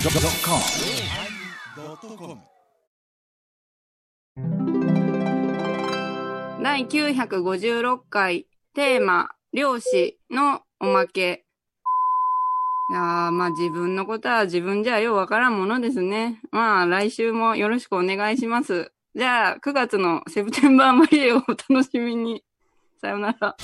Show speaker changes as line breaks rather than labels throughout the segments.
YONNIRI.com
第956回テーマ、漁師のおまけ。いやー、まあ自分のことは自分じゃようわからんものですね。まあ来週もよろしくお願いします。じゃあ9月のセプテンバーマリエをお楽しみに。さよなら。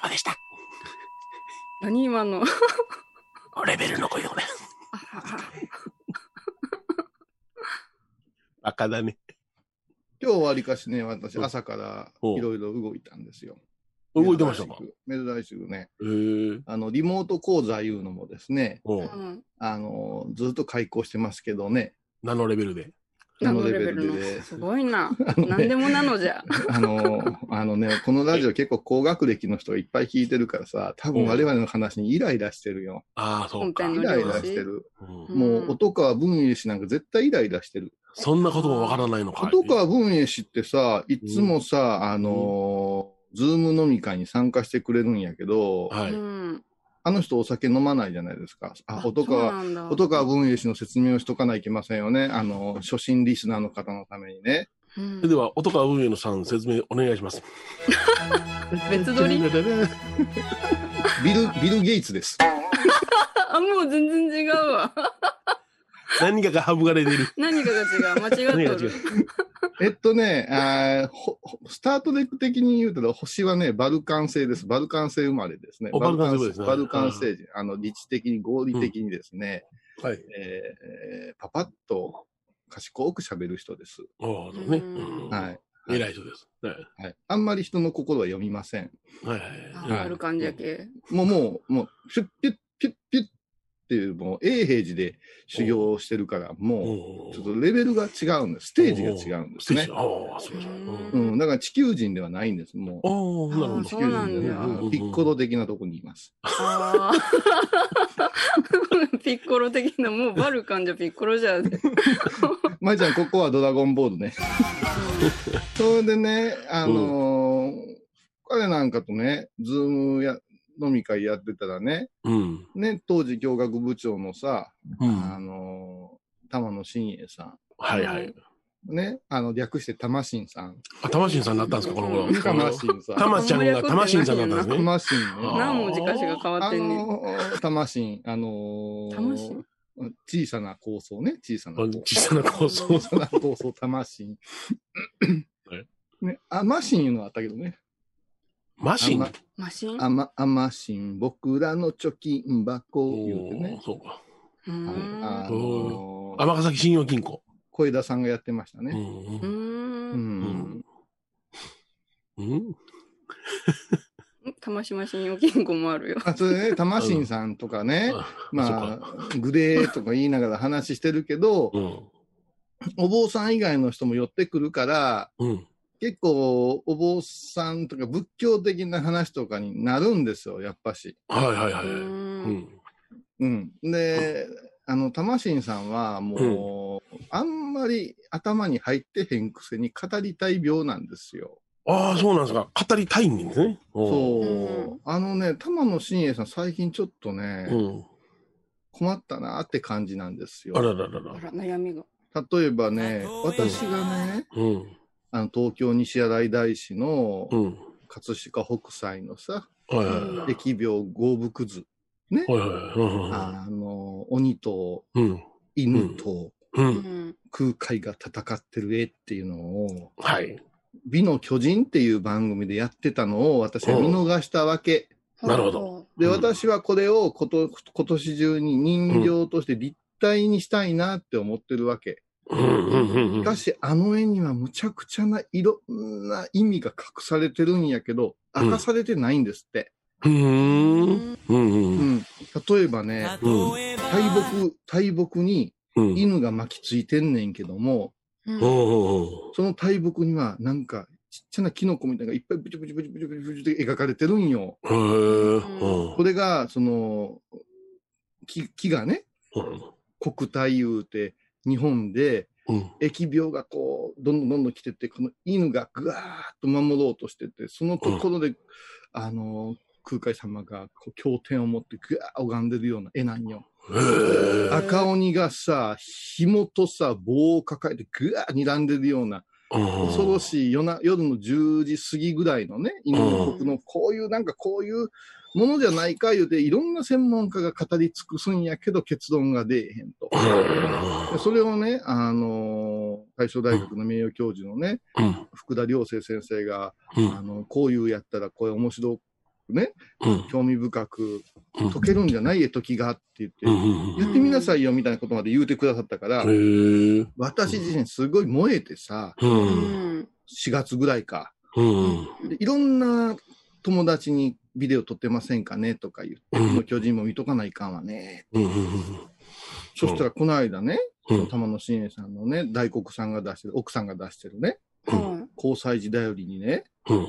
そうでした。
何今の。
レベルの声でごめん。バカだね。
今日わりかしね、私、朝からいろいろ動いたんですよ。
動いてましたか
珍しく珍しくね、
へえ。
あの、リモート講座いうのもですね、
う。
うんん。
あの、ずっと開講してますけどね、
何のレベルで
ナ
ナ
ノ
ノ
レ
レ
ベ
ベ
ルで
ルの。すごいな。
あの
何で
ね、
もなのじゃ。
あの、あのね、このラジオ結構高学歴の人がいっぱい聞いてるからさ、多分我々の話にイライラしてるよ。
ああ、そうか。
本
イ
編の
ラ
量
イラしてる。
うん
もう、音川文英氏なんか絶対イライラしてる。
そんなこともわからないのか。
音川文英氏ってさ、いつもさ、あの、ズーム飲み会に参加してくれるんやけど、
は
う
い。
ん。
あの人お酒飲まないじゃないですか。あ、音
そう
川、
なんだ
音川文英氏の説明をしとかないといけませんよね。あの、初心リスナーの方のためにね。
うん
それでは、音川運営のさん、説明お願いします。
別 撮り
ビル、ビル・ゲイツです。
あ、もう全然違うわ。
何かが省かれてる。
何かが違う。間
何
違っ
が
とる
違う。
えっとね、あーほほスタート的に言うと、星はね、バルカン星です。バルカン星生まれですね。
おバルカン星ですね
バルカン星人。あの、理知的に合理的にですね、
はい。
えーえーパパッと賢く喋る人です。
おうね。。
うん
はいい。
偉い人です。はい
はい。あんまり人の心は読みません。
はい
あ
はい。
ある感じやけ。
もう、もう、もう、シュッピュッピュッピュッっていう、もう、永平寺で修行をしてるから、もう、ちょっとレベルが違うんです。ステージが違うんですね。
ああ、そうじゃ
う
おー
ん、だから地球人ではないんです。もう、
おなるほ
あ
ど
ー
地。球
そうな
人
ん
で
だ
はない。ピッコロ的なとこにいます。
あ あ。ピッコロ的な、もうバルカンじゃピッコロじゃ。うん
まいちゃん、ここはドラゴンボールね。それでね、あのー彼なんかとね、ズームや、飲み会やってたらね、
うん。
ね、当時教学部長のさ、
うん
あ。のー玉野伸栄さ
はいはい。
ん、ね、あの、略して玉伸さん。
あ、魂さんになったんですか、この頃。
玉伸さん。
玉ちゃんが魂さんになったんですね。
玉伸ね。
何文字かしが変わっ
あ
てんねん。
のー、玉伸、あのー
玉伸
小さな構想ね、小さな構想。
小さな構想
小。さな構想、玉伸
え。
ね、あ、マシンいうのはあったけどね。
マシン
あんま
マシン
あま、あましん、僕らの貯金箱言うてね。
そうか。
うー
はいあ
ん。う
のー
尼崎信用金庫。
小枝さんがやってました
う
ね。
ん
ー。
うんん。
うん。
玉島信用金庫もあるよ。
あそれでね、玉んさんとかね、ま
あ、
あ、グレーとか言いながら話してるけど、
うん。
お坊さん以外の人も寄ってくるから、
うん。
結構、お坊さんとか仏教的な話とかになるんですよ、やっぱし。
はいはいは
う
い。うん。
ー。
うんん。
うん。で、あの、玉んさんはもう、あんまり頭に入ってへんくせに語りたい病なんですよ。
ああ、そうなんですか。語りたいんですね。
そう、
うん
あのね、玉野伸栄さん、最近ちょっとね、
うん。
困ったなって感じなんです
あ
よ。
らららら
あ。ら、悩みが。
例えばね、私がね、
うん。
あの東京西新井大師の
うん。
葛飾北斎のさ、
はいは
疫病合伏図、
い。はいは
あの、鬼と
い。うん。
犬と
う
う。
んん。
空海が戦ってる絵っていうのを、
はい。
美の巨人っていう番組でやってたのを私は見逃したわけ。
なるほど。
で、
うん
私はこれをこと今年中に人形として立体にしたいなって思ってるわけ。
うんうんうん
しかし、あの絵にはむちゃくちゃないろんな意味が隠されてるんやけど、
うん
明かされてないんですって。
うん。う
ん。
ん。うん
う
うん。
ん。例えばね、大木、大木に
うん。
犬が巻きついてんねんけども、
うん
う
その大木にはなんかちっちゃなキノコみたいなのがいっぱいブチブチブチブチブチブチって描かれてるんよ。
ん。うん。うん。
これが、その、木木がね、
うん。
国体言うて、日本で
うん。
疫病がこう、どんどんどんどん来てて、この犬がぐわーっと守ろうとしてて、そのところで、あの、空海様がこう経典を持ってぐわー拝んでるような絵なんよ。
へえ。
あ
赤鬼がさ、紐とさ、棒を抱えてぐわー睨んでるような、恐ろしい夜な夜の10時過ぎぐらいのね、犬の国のこういう、なんかこういうものじゃないか言うて、いろんな専門家が語り尽くすんやけど、結論が出えへんと。
うん。
でそれをね、あのー、大正大学の名誉教授のね、
うん。
福田良生先生が、
うん。
あの、こういうやったらこれ面白くね、
うん。
興味深く、
うん
解けるんじゃないえ、時がって言って
う、ん。
言ってみなさいよみたいなことまで言うてくださったから
へ、え。
私自身すごい燃えてさ、
う。
うんん。
4月ぐらいか。
うん。
でいろんな友達にビデオ撮ってませんかねとか言って、
うん
この巨人も見とかないかんわね。
うん。うん。
そしたらこの間ね、
うん
その玉野真栄さんのね、大黒さんが出してる、奥さんが出してるね、
はい。
交際時頼りにね、
うん。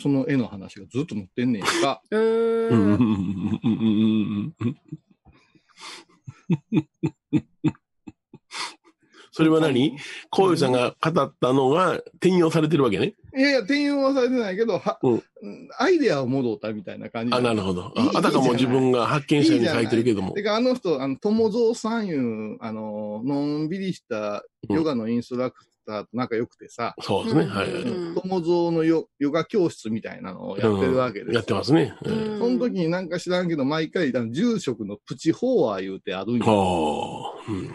その絵の話がずっと載ってんねんか。
うー。
うん。うんん。 それは何こういうさんが語ったのが転用されてるわけね。
いやいや、転用はされてないけど、は
うん
アイデアを戻ったみたいな感じ。
あ、なるほど。
いい
ああたかも自分が発見したように書いてるけども
て。か、あの人、あの、友蔵さんいう、あの、のんびりしたヨガのインストラクターと仲良くてさ、
そうですね。はい。
うん
友蔵のヨヨガ教室みたいなのをやってるわけです。
やってますね。ええ
その時になんか知らんけど、毎回、あの住職のプチ法話言うてあるん
ああ
よ。、
うん。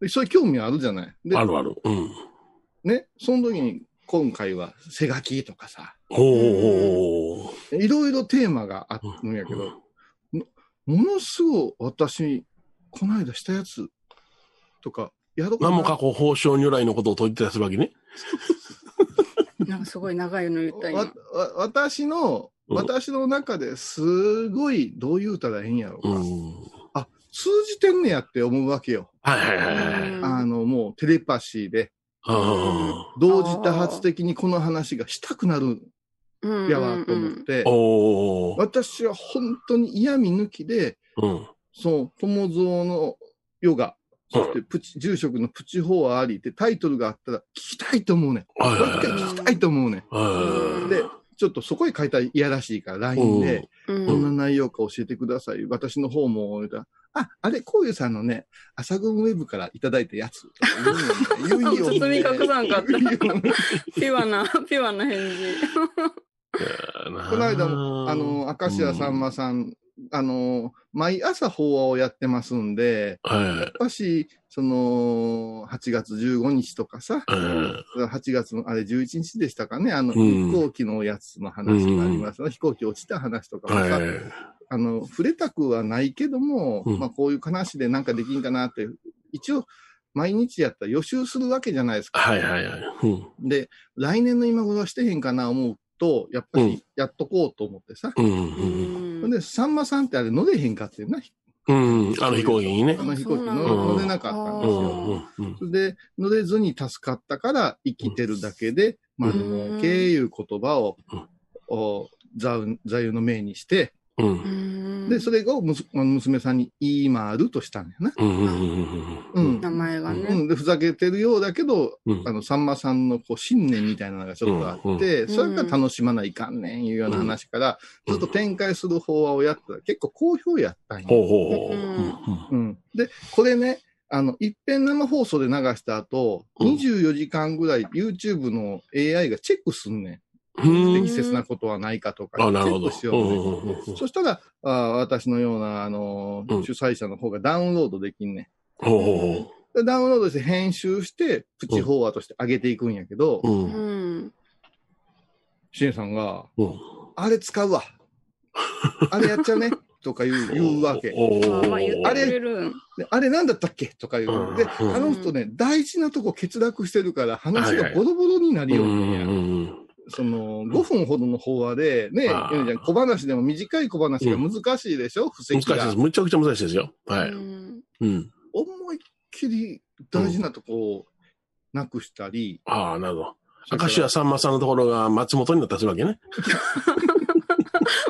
でそれ興味あるじゃない。で
あ、るある。うん。
ね、その時に今回は背書きとかさ、
おお。
いろいろテーマがあるんやけど、ものすごい私、この間したやつとか、やろうか
何
な
も過去法相如来のことを解いてたりするわけね。
なんかすごい長いの言った
わ
今。
わ私の、
うん
私の中ですごい、どう言うたらええんやろうか。
うん。
あ、通じてんねやって思うわけよ。
はいはいはいはい。
うん
あの、もうテレパシーで、
あ
同時多発的にこの話がしたくなる
うん。
やわと思って、
あ。おお。
私は本当に嫌味抜きで、
うん。
その友蔵のヨガ、そしてプチ、住職のプチ法ありってタイトルがあったら聞きたいと思うねん。
はい
もう
は
一
い
回聞きたいと思うねん。
はい。
で、ちょっとそこへ書いたらいやらしいから LINE で、
うん。
どん
う。
なん内容か教えてください。私の方も、言うたらあ、あれ、こういうさんのね、朝群ウェブからいただいたやつ。言う よね
包み隠さん かった
言うよね
ピュアな、ピュアな返事。
こ
この間も、あ、の、明石家さんまさん、あの、毎朝法話をやってますんで、
はい。
やっぱし、その、8月15日とかさ、
うん
8月の、あれ11日でしたかね、あの、
うん
飛行機のやつの話があります、飛行機落ちた話とかもさ、
はい。
あの、触れたくはないけども、
うん
まあこういう話でなんかできんかなって、一応、毎日やったら予習するわけじゃないですか。
はいはいはい。うん。
で、来年の今頃はしてへんかな思うと、やっぱ
うん
りやっとこうと思ってさ。
うん。
う
うん
ほん、
ん。
で、さんまさんってあれ乗れへんかってんな。
うん。うん。あの飛行機にね
あ。の飛行機
あそう
なんだ
の乗れなかったん
う
です
ん。
よ。
うん。うん。
それで、乗れずに助かったから生きてるだけで、
うん
丸儲けいう言葉を
うん、
お座右座右の銘にして、
うん。
で、それをむす娘さんに言いまるとしたんだよな。
うん。うん。
うん。
名前が
う
ね。
ん、でふざけてるようだけど、
うん
あ。のさんまさんのこう信念みたいなのがちょっとあって、
ん
それから楽しまないかんねんいうような話から、ずっと展開する法話をやったら結構好評やったんよ。
ほうほうほう。
うん、で、これね、あの、一遍生放送で流した後、
うん
24時間ぐらい YouTube の AI がチェックすんね
うん
ん。
うん
適切なことはないかとか、
あ、
チェ
なるほ
ッ
ど。
クしようね。
うんうんうんうん
そしたら、あー私のような、あのー
うん
主催者の方がダウンロードできんねん。
ほうほ
でダウンロードして編集して、プチフォワーとして上げていくんやけど
う、ほう。う。
うんん。
シエさんが、
うん。
あれ使うわ。あれやっちゃうね。とか言う言うわけ。
お
あ
ー
まあ言ってくれるん。。
であれなんだったっけとか言
う
う。
ん
で、
うん
あの人ね、大事なとこ欠落してるから話がボロボロになるように
うんう
ね。
んうん
その、5分ほどの法話で、ね、ゆ
あー
みちゃん、小話でも短い小話が難しいでしょ布
難
石
しいで
が
す。。むちゃくちゃ難しいですよ。はいう
ん
うん。
思いっきり大事なとこをなくしたり。
ああ、なるほど。
それか
明
ら
石家さんまさんのところが松本になったりするわけね。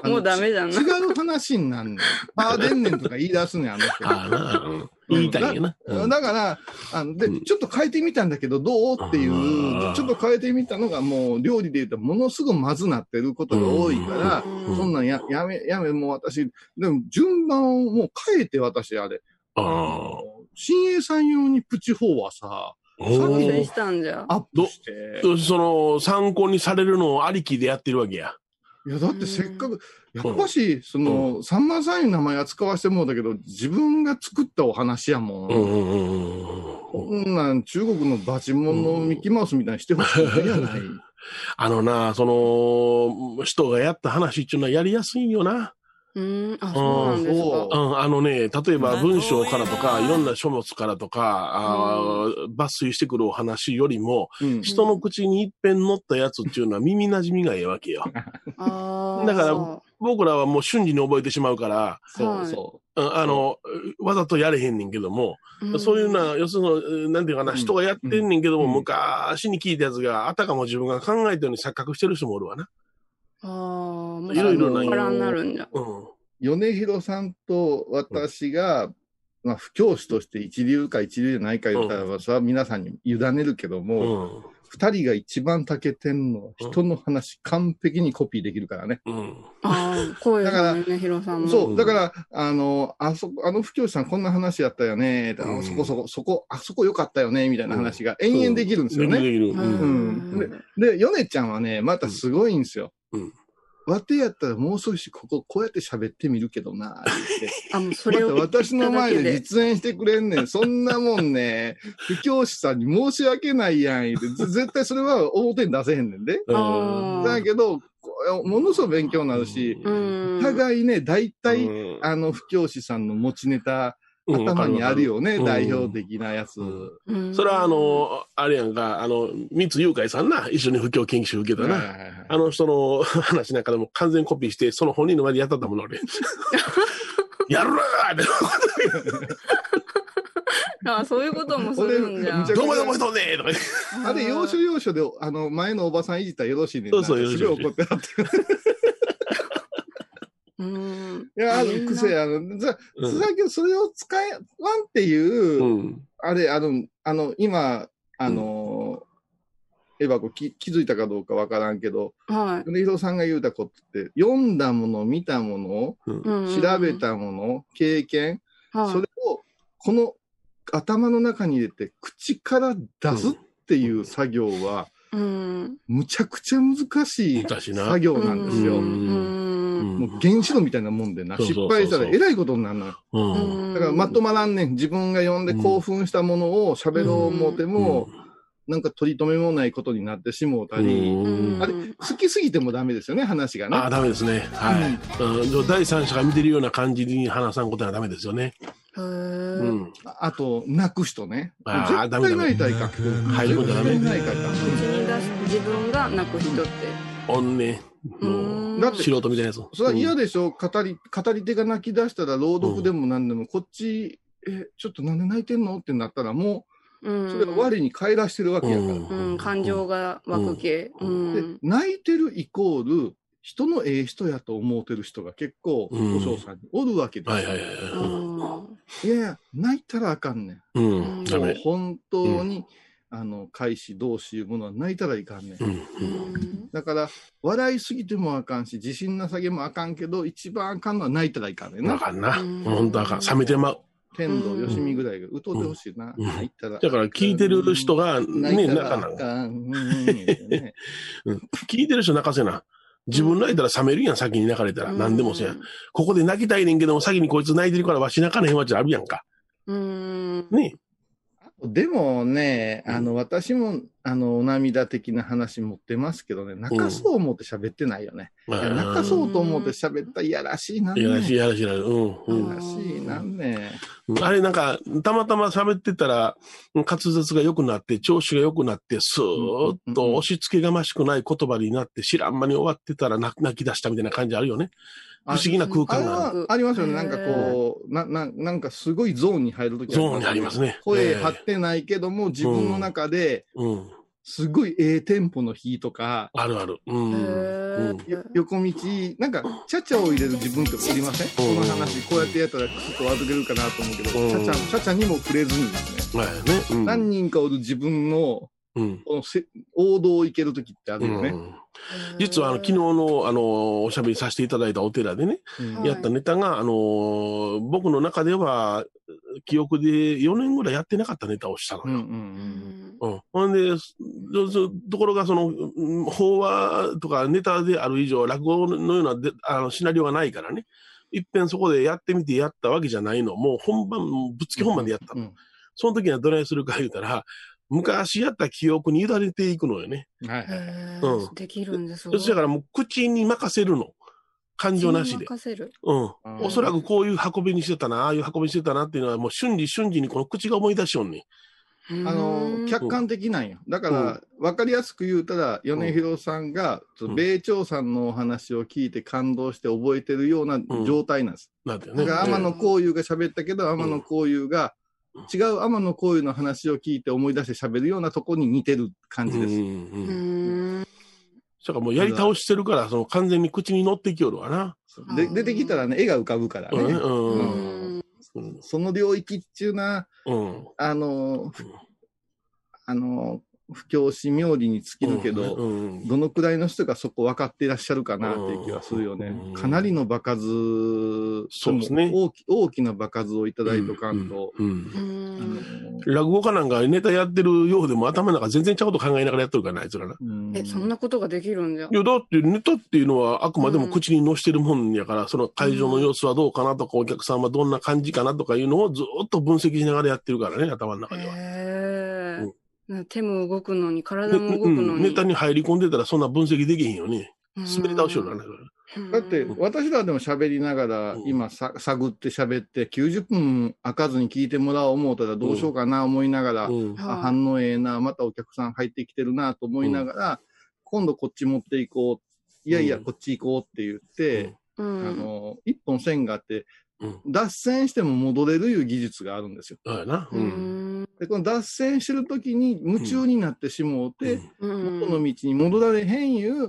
あの
もうダメじゃんな
ち違う話になんねん。パーデンネンとか言い出すねん、あの人。
ああな、うん言いたいんやな。うん
だから、あので、
うん
ちょっと変えてみたんだけど、どうってい
あ
う
ー、
ちょっと変えてみたのが、もう、料理で言うと、ものすごくまずなってることが多いから、
うん
そんなんや、やめ、やめ、もう私、でも、順番をもう変えて、私、あれ。
ああ。
新栄さん用にプチ4はさ、
お
完成
ー
したんじゃ。
アップして。
その、参考にされるのをありきでやってるわけや。
いや、だってせっかく、やっぱし、その、さんまさんいう名前扱わせてもうだけど、自分が作ったお話やもん。
うんうんうんうんうん。
こんなん中国のバチモンのミッキーマウスみたいにしてほしくないや ない。
あのな、その、人がやった話っていうのはやりやすいんよな。
うーん、あ、そうなんです
そう
か。
うん、あのね、例えば文章からとか、いろんな書物からとか、あー抜粋してくるお話よりも、
うん
人の口に一遍乗ったやつっていうのは耳馴染みがええわけよ。
あー
だから
そ
僕らはもう瞬時に覚えてしまうから、
そうそ
うんあの、わざとやれへんねんけども、
うん
そういうのは、要するに、なんていうかな、
うん
人がやってんねんけども、
うん
昔に聞いたやつが、あたかも自分が考えたように錯覚してる人もおるわな。
ああ、も
いろいろな
な。からになるんじゃ。
うん。
う。米広さんと私が、まあ、不教師として一流か一流じゃないか言ったら、それは皆さんに委ねるけど
う
も、
ん。
二、人が一番たけてんのは、人の話完璧にコピーできるからね。
うん。
ああ、声がね、ヒロさんも。
そうう、
ん
だから、あの、あそこ、あの不教師さんこんな話やったよね、ってあ
うん
そこそこ、そこ、あそこ良かったよね、みたいな話が延々できるんですよ
で
ね。
きるできる。うん
んでで、ヨネちゃんはね、またすごいんですよ。
うん
わてやったらもう少しこここうやって喋ってみるけどな、言って。
あ、もうそ
ま
れ
た
を。
私の前で実演してくれんねん。そんなもんね、 不教師さんに申し訳ないやん、言って。ぜ絶対それは表に出せへんねんで。
あー
だけど、こうものすごく勉強になるし、
うん。
互いね、大体、
うん
あの、不教師さんの持ちネタ、
うん
頭にあるよね、
うん
代表的なやつ。
うん
うん
それはあ、の、あれやんか、あの、三津雄海さんな、一緒に布教研修受けた
はい
な。
はいはい
あの人の 話なんかでも完全コピーして、その本人の前でやったんだもん、俺。やるなーって、
あーそういうこともするんじゃ
俺め ちゃ。
どうもどうもどうもねーとか言って
あれ、要所要所で、あの、前のおばさんいじったらよろしいねんな。
そうそうよろしい
すごい怒ってなって。
うん。
いや、あ
みん
の、
な
癖、あの、じゃ、
うん
さっきそれを使え、ワンっていう、
うん。
あれ、あの、あの、今、あの、エヴァ子き気づいたかどうかわからんけど、
はい。
米広さんが言うたことって、読んだもの、見たもの、
うん
調べ、たもの、経験、
はい
それを、この頭の中に入れて、口から出すっていう作業は、
うん。
むちゃくちゃ難しい
だしな
作。業なんですよ。
う。
うんん
もう原子炉みたいなもんでな、
そうそうそう
失
そう
敗したらえらいことになるのよ。
う。
うんん
だからまとまらんねん。自分が読んで興奮したものを喋ろう思ても、なんか取り留めもないことになってしもうたり、
うん
あれ好きすぎてもダメですよね、話がね。
ああ、ダメですね。はい。うんでも第三者が見てるような感じに話さんことはダメですよね。
へ
う
ー
ん。
あと、泣く人ね。
あー
絶
ダメ
対
ダメ
泣いたらいかん。
入り込んじゃダメ
絶対泣いたらいかん
口に出し、自分が泣く人って。
おんね。
う
も
ん
だ
う、
って
素人みたいなやつ。
それは嫌でしょ語り、語り手が泣き出したら朗読でも何でも、こっち、え、ちょっとなんで泣いてんのってなったらもう、それは我に返らしてるわけやから。
うん、感情が湧く系。う
で
ん。
泣いてるイコール、人のええ人やと思うてる人が結構、お
うん
嬢さんにおるわけですよ
はいはいはいはい。
いやいや、泣いたらあかんね
うん。
ん
ダ
ん。もう
メ。
本当に、あの、開始同士いうものは泣いたらいかんねん。
う
う
ん。
ん
だから、笑いすぎてもあかんし、自信なさげもあかんけど、一番あかんのは泣いたらいかんねん
うんあ
な。
かんな。
うん
ほんとあかん。冷めてまう。
天童よしみぐらいが、うとうてほしいな。
うん
泣いたら。
だから聞いてる人が、
泣
ね、
いた
なからな
あ
か、
かん。うんうん言うてね
聞いてる人泣かせな。自分泣いたら冷めるやん、先に泣かれたら。何でもせやん。。ここで泣きたいねんけども、先にこいつ泣いてるからわし泣かれへんわちあるやんか。
うん。
ね。
でもね、あ
う
の、私も、あの、お涙的な話持ってますけどね、泣かそう思って喋ってないよね。
ま
いや泣かそうと思って喋ったらいやらしいなん
い
ね。
やらしい、いやらしい、いやらしい。うん。う
い
ん
やらしいなんね。
うんあれなんか、たまたま喋ってたら、うん滑舌が良くなって、調子が良くなって、スーッと押し付けがましくない言葉になって、知らん間に終わってたら泣泣き出したみたいな感じあるよね。不
あ
思議な空
あれ
間がある。
はありますよね。なんかこう、な、な、なんかすごいゾーンに入るとき
ゾーンにあります
ね。
ね。
声
ええ
張ってないけども、自分の中で、
うん。
すごいええテンポの日とか、
あるある。うん。
へ
う
ー
ん
よ横道、なんか、ちゃちゃを入れる自分っておりませんこの話、こうやってやったらクスッと外れるかなと思うけど、
うん
ちゃちゃ、ちゃちゃにも触れずにですね、
まあね。うん
何人かおる自分の、
うん。
このせ王道を行ける時ってあるよ
う
ね。
ん実はあの昨日のあのおしゃべりさせていただいたお寺でね、
うん
はい
やったネタが、あのー僕の中では記憶で4年ぐらいやってなかったネタをしたの
うん
よ。
う
うんん
うん。ほんで、すそところがその、うん法話とかネタである以上、落語のようなであのシナリオがないからね。一遍そこでやってみてやったわけじゃないの。もう本番、ぶっつけ本番でやったの。
うん
その時はどないするか言うたら、昔やった記憶に委ねていくのよね。
うん。はい
へ
はい。
ー
うん
できるんです
そしたからもう口に任せるの。感情なしで。
任せる。
うん。
うん
おそらくこういう運びにしてたな、ああいう運びにしてたなっていうのは、もう瞬時瞬時にこの口が思い出しよんねん。
あ
あの、客観的なんよ。だから、わかりやすく言うたら、米広さんが、ちょっと米朝さんのお話を聞いて感動して覚えてるような状態なんです。
なんていう
だ
ね。
から
あんま
天野幸雄が喋ったけど、天野幸雄が、違う天野幸雄の話を聞いて思い出して喋るようなとこに似てる感じ
うんうん
です。
うん
う。ーん。
だからもうやり倒してるから、その完全に口に乗ってきよるわな。
で出てきたらね、絵が浮かぶから
うん
ね。
う
うん
ん
うん
その領域っていうな、
うん。
あの、ふあの、不教師冥利に尽きるけど、
うん
どのくらいの人がそこ分かっていらっしゃるかなっていう気がするよね。
うん
かなりの場数、
そうですね
大き大きな場数をいただいとかんと、
うん
う
あの
ん
落語家なんかネタやってるようでも頭の中全然ちゃうこと考えながらやってるからな、あいつらな。
うん
え、そんなことができるんじゃ
い。や、だってネタっていうのはあくまでも口に乗してるもんやから、その会場の様子はどうかなとか、お客さんはどんな感じかなとかいうのをずーっと分析しながらやってるからね、頭の中では。
へーな手も動くのに、体も動く
う
の
ん
に。
ネタに入り込んでたらそんな分析できへんよね。滑り倒しよるからね。
うん
だって、私らでも喋りながら
う、ん
今さ、探って喋って、90分開かずに聞いてもらおう思うたらどうしようかな思いながら、
うん
あ
はい
反応ええな、またお客さん入ってきてるなと思いながら、今度こっち持っていこう。いやいや、
うん
こっち行こうって言って、
う
あ
ん。
の、一本線があって、
うん
脱線しても戻れるいう技術があるんですよ。
そうやな。
う
うん
ん。
で、この脱線してる時に夢中になってしもうて、
うん
元の道に戻られへんいう、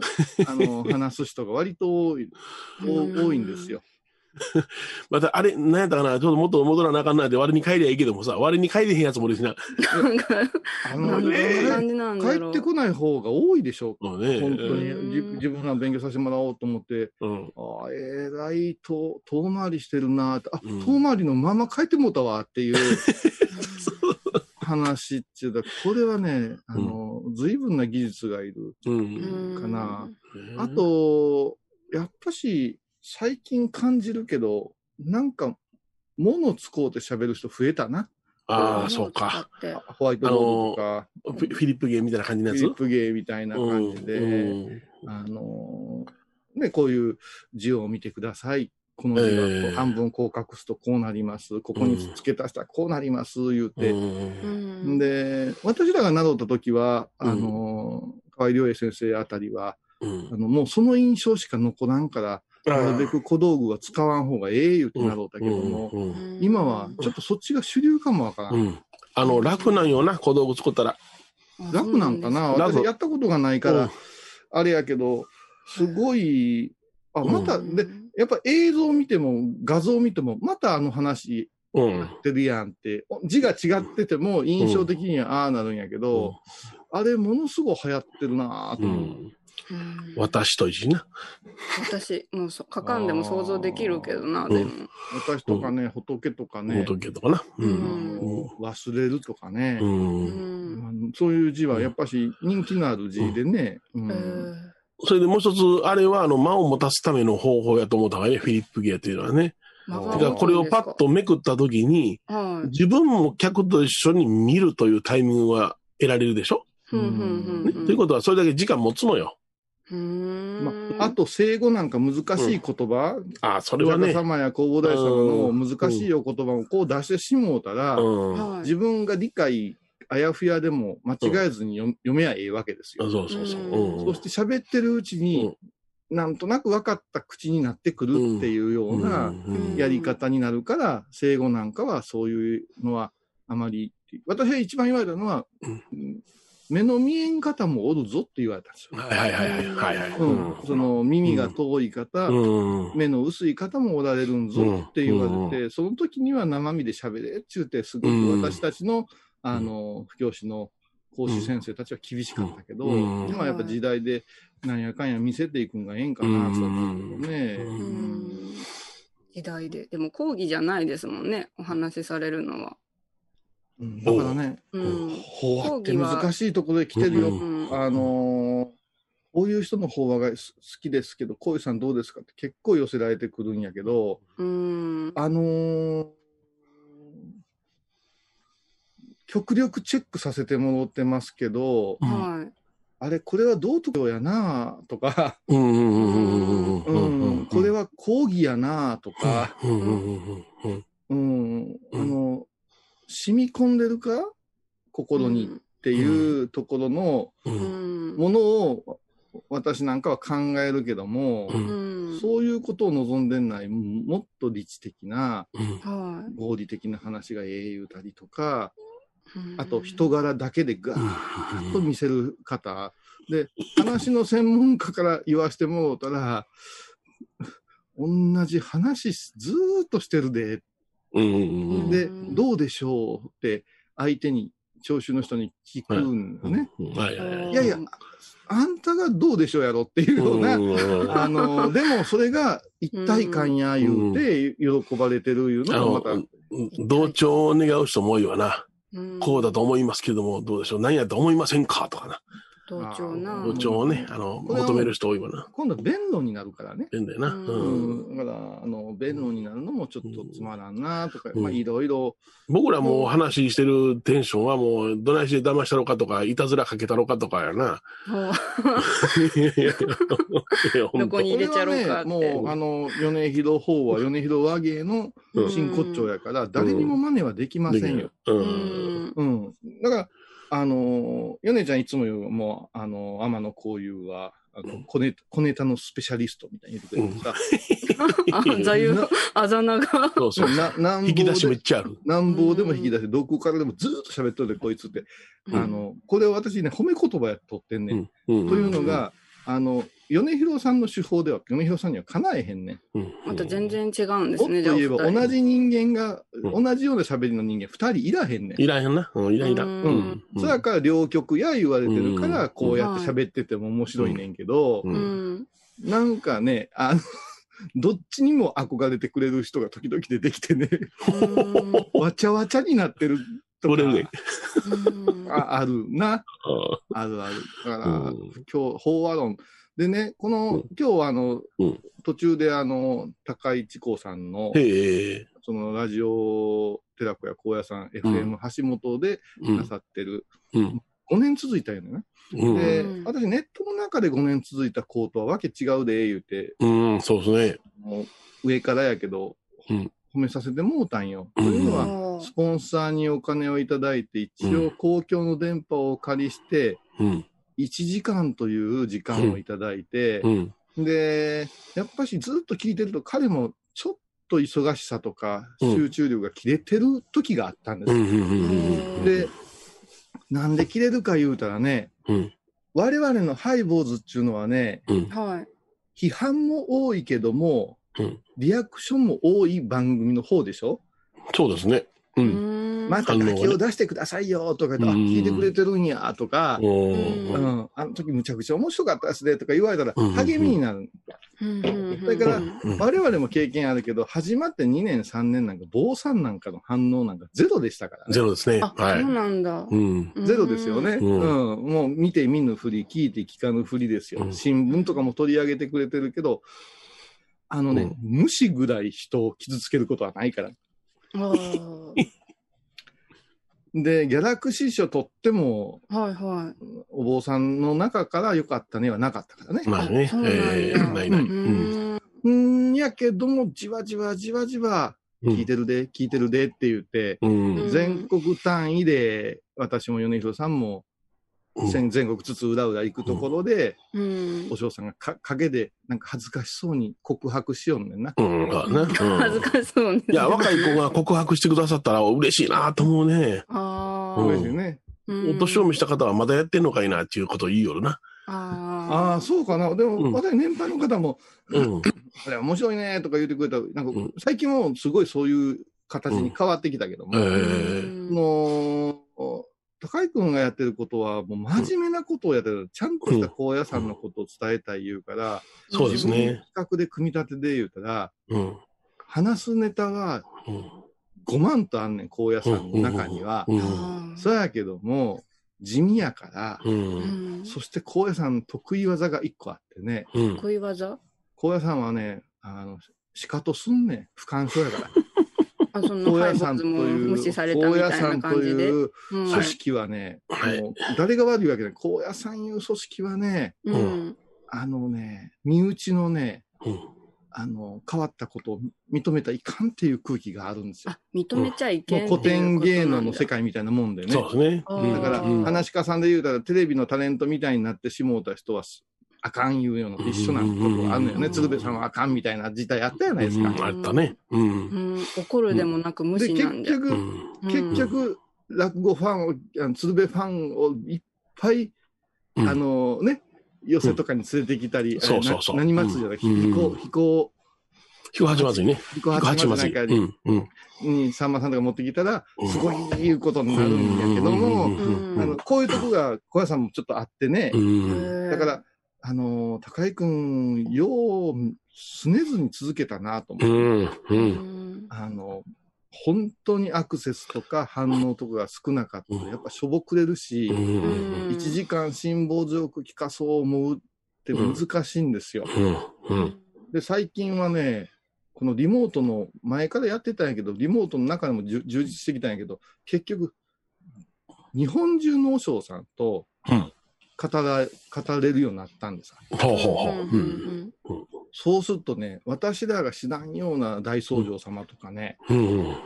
あ の、話す人が割と多い、
うん
多いんですよ。
また、あれ、なんやったかな、ちょっと元戻らなあかんなって割に帰りゃいいけどもさ、割に帰れへんやつもおるしな。
なんか、
あ
ど
の、
んな感じなんだ
帰
ろ
っ
う。
てこない方が多いでしょ
そう
う。
ね。
本当
うん
に。じ自分らも勉強させてもらおうと思って、
うん。
ああ、えらいと遠回りしてるなーって、あ、
うん
遠回りのまま帰ってもうたわっていう 話っていうか、これはね、あの、随分な技術がいる。
う。
うんん
かな。
うん
あ、と、やっぱし、最近感じるけど、なんか、物を使うて喋る人増えたな。
ああ、そうか。。
ホワイトボードとか、
フィフィリップゲーみたいな感じの
フ
や
ィ
つ
リップゲーみたいな感じで。
うんうん
あのーね、こういう字を見てください。この字はこう
ええ
半分こう隠すとこうなります。ここに付け足したらこうなります、言うて。
うん
うん。
で、私らが習った時は、
うん
あのー河合良英先生あたりは、
うん
あの、もうその印象しか残らんから、なるべく小道具は使わん方がええ言うて習ったけども、
うんうんう
う
ん
ん
今はちょっとそっちが主流かもわからん。
うんあの、楽なんよな、小道具作ったら。
楽なんかな
そうなんです
私やったことがないか
うん
ら、あれやけど、すごい、あ、また、で、やっぱ映像見ても画像見てもまたあの話
うん。
出るやんって、お字が違ってても印象的にはああなるんやけど、あれものすごい流行ってるなぁと
う
思う。
ん。
うん
私と一緒にな。
私、もうそ、かかんでも想像できるけどな、でも。
私とかね、仏とかね、
仏とかな。う
あ
ん。
の忘れるとかね、
う。
うんん。
まあそういう字はやっぱし人気のある字でね、うん
うん
それでもう一つ、あれは、あの、間を持たすための方法やと思ったわね、フィリップゲーっていうのはね。
あ
だからこれをパッ。とめくった時に、
曲がるんです
自分も客と一緒に見るというタイミングは得られるでしょ、
かはい。うんうん
ね
う
ね
んうん。
ということは、それだけ時間持つのよ。
うーん。
まあ、あと、生語なんか難しい言葉、
ああ、そ
お
れは
釈迦
ね。
様や弘法大様の難しいお言葉をこう出してしもうたら、
うん。あ
はい、
自分が理解、あやふやでも間違えずに読,、読めやええわけですよ。
そうそうそう。
うん
うん
そして喋ってるうちに、なんとなく分かった口になってくるっていうよう
う
なん
うん
やり方になるから、生後なんかはそういうのはあまり、私が一番言われたのは、
うん
うん目の見えん方もおるぞって言われたんですよ。
はいはいはいはいはい。
うん、その耳が遠い方、
うん。
目の薄い方もおられるんぞって言われて、その時には生身で喋れっちゅうて、すごく私たちの、あの、不教師の講師先生たちは厳しかったけど、
うん
今はやっぱ時代でなんやかんや見せていくんがええんかなと思うけどね。
う
うんん時代で。でも講義じゃないですもんね、お話しされるのは。
うんだからね、
うん。
法話って難しいところで来てるよ。
うん
あのーこういう人の法話がす好きですけど、こういうさんどうですかって結構寄せられてくるんやけど、
うん。
あのー極力チェックさせてもらってますけど、
は
あれ、これは道徳やなとか、
うんうんうんうん
う
うんんうん。
これは講義やなとか、
うんうんうんうん
うん、あ
うん
の、染み込んでるか
い。
心にっていうところの
う
うんん。
ものを私なんかは考えるけども、
うん
うん。
そういうことを望んでない、もっと理知的な、
うん
は
合理的な話がええ言うたりとか、
い。うん
あと。人柄だけでガーッと見せる方。で、話の専門家から言わせてもらったら、同じ話ずーっとしてるで、
うんうんうん
で、
うん
どうでしょうって相手に、聴衆の人に聞くんだね。
うんはいはいはい
いやいや、あんたがどうでしょうやろっていうような、
うん
あの、でもそれが一体感や言うて、喜ばれてるいうのがまた、
あの同調を願う人も多いわな。
うん
こうだと思いますけども、どうでしょう。何やと思いませんかとか
同調
あ
な。
な。
ー
同調をね、あの、
これは
求める人多いわな。
今度弁論になるからね。
変だよな。
うん
う
うん。
ん、だから、あの、弁論になるのもちょっとつまらんなとか、
うん
まあ、いろいろ、
僕らもう話してるテンションはもう、どないして騙したろかとか、いたずらかけたろかとかやな。
ほう
いやいやいやいやほんと
どこに入れちゃろうかって
これはね、もう、あの、米広法は米広和芸の
うん
真骨頂やから、誰にも真似はできませんよ。
う。
うんん。
うん。だから、あの、米ちゃんいつも言う、もう、あの、天野幸雄は、あの、小ネ小ネタのスペシャリストみたいに言ってくれた。
あ、座右のあざなが。
そうそう。
ななん
引き
ぼ
出しめ
で
っちゃある。
なんぼでも引き出して、どこからでもずーっと喋っとるで、こいつって。
うん
あの、これを私ね、褒め言葉やっとってんね
う。ん。と
というのが、あの、米広さんの手法では、米広さんにはかなえへんねん。
また全然違うんです
もっと
ね、じゃあ。
言えば、同じ人間が、
う
同じような喋りの人間、二人いらへんねん。
いらんやな。うん、いらんいらん。
うん
うん。
そやから両極や言われてるか
うん
ら、こうやって喋ってても面白いねんけど
う、。
うんん。
なんかね、あの、 どっちにも憧れてくれる人が時々出てきてね、
うん
わちゃわちゃになってるとか
取れるね。
うん
ああるな、
あ
あるある。だから、
ー
今日、法話論。でね、こ
う
の
ん、
今日あの、
うん
途中であの、高市光さんの
うん。、へえ。
そのラジオ、寺子屋高野さん、
ん
FM 橋本で
うん
なさってる、
うん。
5年続いたよね。
うん
で
うん、
私ネットの中で5年続いたコートはわけ違うで、言うて、
うん、そうですね。
もう上からやけど、
うん
褒めさせてもうたんよ。
うん
というのは、
おー
スポンサーにお金をいただいて、一
う
応
ん
公共の電波を借りして、
うん。
1時間という時間をいただいて、
うん。
で、やっぱしずっと聞いてると、彼もちょっと忙しさとか、
うん
集中力が切れてる時があったんで
う
す。
ん。うん。うん。
で、なんで切れるか言うたらね、
うん。
我々のハイボーズっていうのはね、
うん。
はい。
批判も多いけども、
うん
リアクションも多い番組の方でしょ、
そうですね。
う
う。
んん
また書きを出してくださいよとか言って、
うん
あ聞いてくれてるんやとか、
うん
う。ん、あの時むちゃくちゃ面白かったですねとか言われたら
うん
励みになる。
そ
それから
うん
我々も経験あるけど、始まって2年3年なんか、坊さんなんかの反応なんかゼロでしたからね。
ゼロですね。
あ、
は
そう
い。
なんだ。
うん。
ゼロですよね。
う
うんん。もう見て見ぬふり、聞いて聞かぬふりですよ。
うん
新聞とかも取り上げてくれてるけど、あのね、
うん
無視ぐらい人を傷つけることはないから。
うん。あー
で、ギャラクシー賞取っても、
はいは
お坊さんの中から良かったねはなかったからね。
まあね。ええ、ないない。
い。う
うん。
ん。
うん、やけども、じわじわじわじわ、聞いてるで、聞いてるでって言って、
うん。
全国単位で、私も米広さんも、全全国つつ裏裏行くところで、
うん
お。嬢さんがか陰で、なんか恥ずかしそうに告白しよんねんな。
うん。あな。
恥ずかしそうね。
いや、若い子が告白してくださったら嬉しいなと思うね。
あ
うん
あ。
嬉しいね。
うん
お年を召した方はまだやってんのかいなっていうことを言いよるな。
あ
ああ、そうかな。でも、
うん
私、年配の方も、
うん。
あれ面白いねとか言ってくれたなんか、
うん
最近もすごいそういう形に変わってきたけど
え
も、
え
あ
あ
のー高井くんがやってることは、もう真面目なことをやってる。ちゃんとした高野山のことを伝えたい言うから、
そうですね
自分の企画で組み立てで言うたら、
うん。
話すネタが
うん。
5万とあんねん、高野山の中には。
うん。
そやけども、地味やから、
うん。
そして高野山の得意技が1個あってね、
うん。
恋技
高野山はね、あの、しかとすんねん。不干渉やから。
あ、 その
高
敗
野山
北
と
も
いう、
無視された
高
み
野
たいな
山と
感じで。
いう
うん
組織はね、
はい
もう誰が悪いわけじゃない。高野山いう組織はね、
うん。
あのね、身内のね、
うん。
あの、変わったことを認めたらいかんっていう空気があるんですよ。
あ、認めちゃいけん
もう
っていう
古典芸能の世
こ
界みたいなもんでね。
そうですね。
あ
う
ー
ん
だから、
うん
話し家さんで言うたら、テレビのタレントみたいになってしもうた人は、あかん言うようなと一緒なことがあるのよ
うんうんう
ね。
ん
鶴瓶さんはあかんみたいな事態あったじゃないです
う
か
ん。あったね。うん。
なんだ。うん、怒るでもなく無
で、
視なん
結
で。
局
う、ん。
結局、落語ファンを、あの鶴瓶ファンをいっぱい、
うん
あのね、寄せとかに連れてきたり、
んそうそうそう
何祭りじゃなくて、
うん
飛行、飛行、
彦八祭りね。
飛
彦
行
八
八
祭
祭り
り。
なん
う
か
ん。うん。
に、さんまさんとか持ってきたら
うん、
すごいいうことになるんやけども、
うん
あの、こういうとこが小屋さんもちょっとあってね
う、
へ
ん。
ー
だから、あのー、高井くん、よう、すねずに続けたなと
う
思う。
ん。う。
うんん。
あの、本当にアクセスとか反応とかが少なかった
う
ら、
ん
やっぱしょぼくれるし、
うん。
1時間辛抱強く聞かそう思うって難しいんですよ。
うん。うん。
で、最近はね、このリモートの前からやってたんやけど、リモートの中でも充充実してきたんやけど、結局、日本中の和尚さんと
うん
語ら、語れるようになったんです。
ほうほうほう。
う
うん。
ん
そうするとね、私らが知らんような大僧侶様とかね、
うん。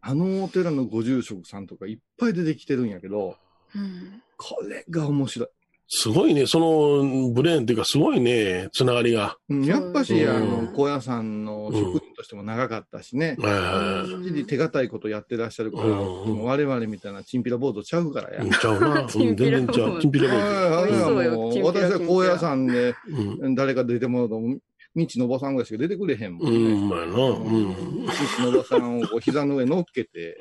あのお寺のご住職さんとかいっぱい出てきてるんやけど、これが面白い。
すごいね。その、ブレーンっていうか、すごいね。つながりが。
うんやっぱし、
うん
あの、高野山の職員としても長かったしね、
え
うん
きっちり手堅いことやってらっしゃるから、
うん
もう我々みたいなチンピラボードちゃうからや。
え。ちゃうな。うん全然ちゃう。チンピラボー
あ
美
れは
味しそうよ
もう
チンピラ
私は高野山で
イ。うん。
誰か出てもらうと、未知のおばさんぐらいしか出てくれへんも
うん
ね。
ん、うまいな。うん。
未知のおばさんをこう膝の上乗っけて、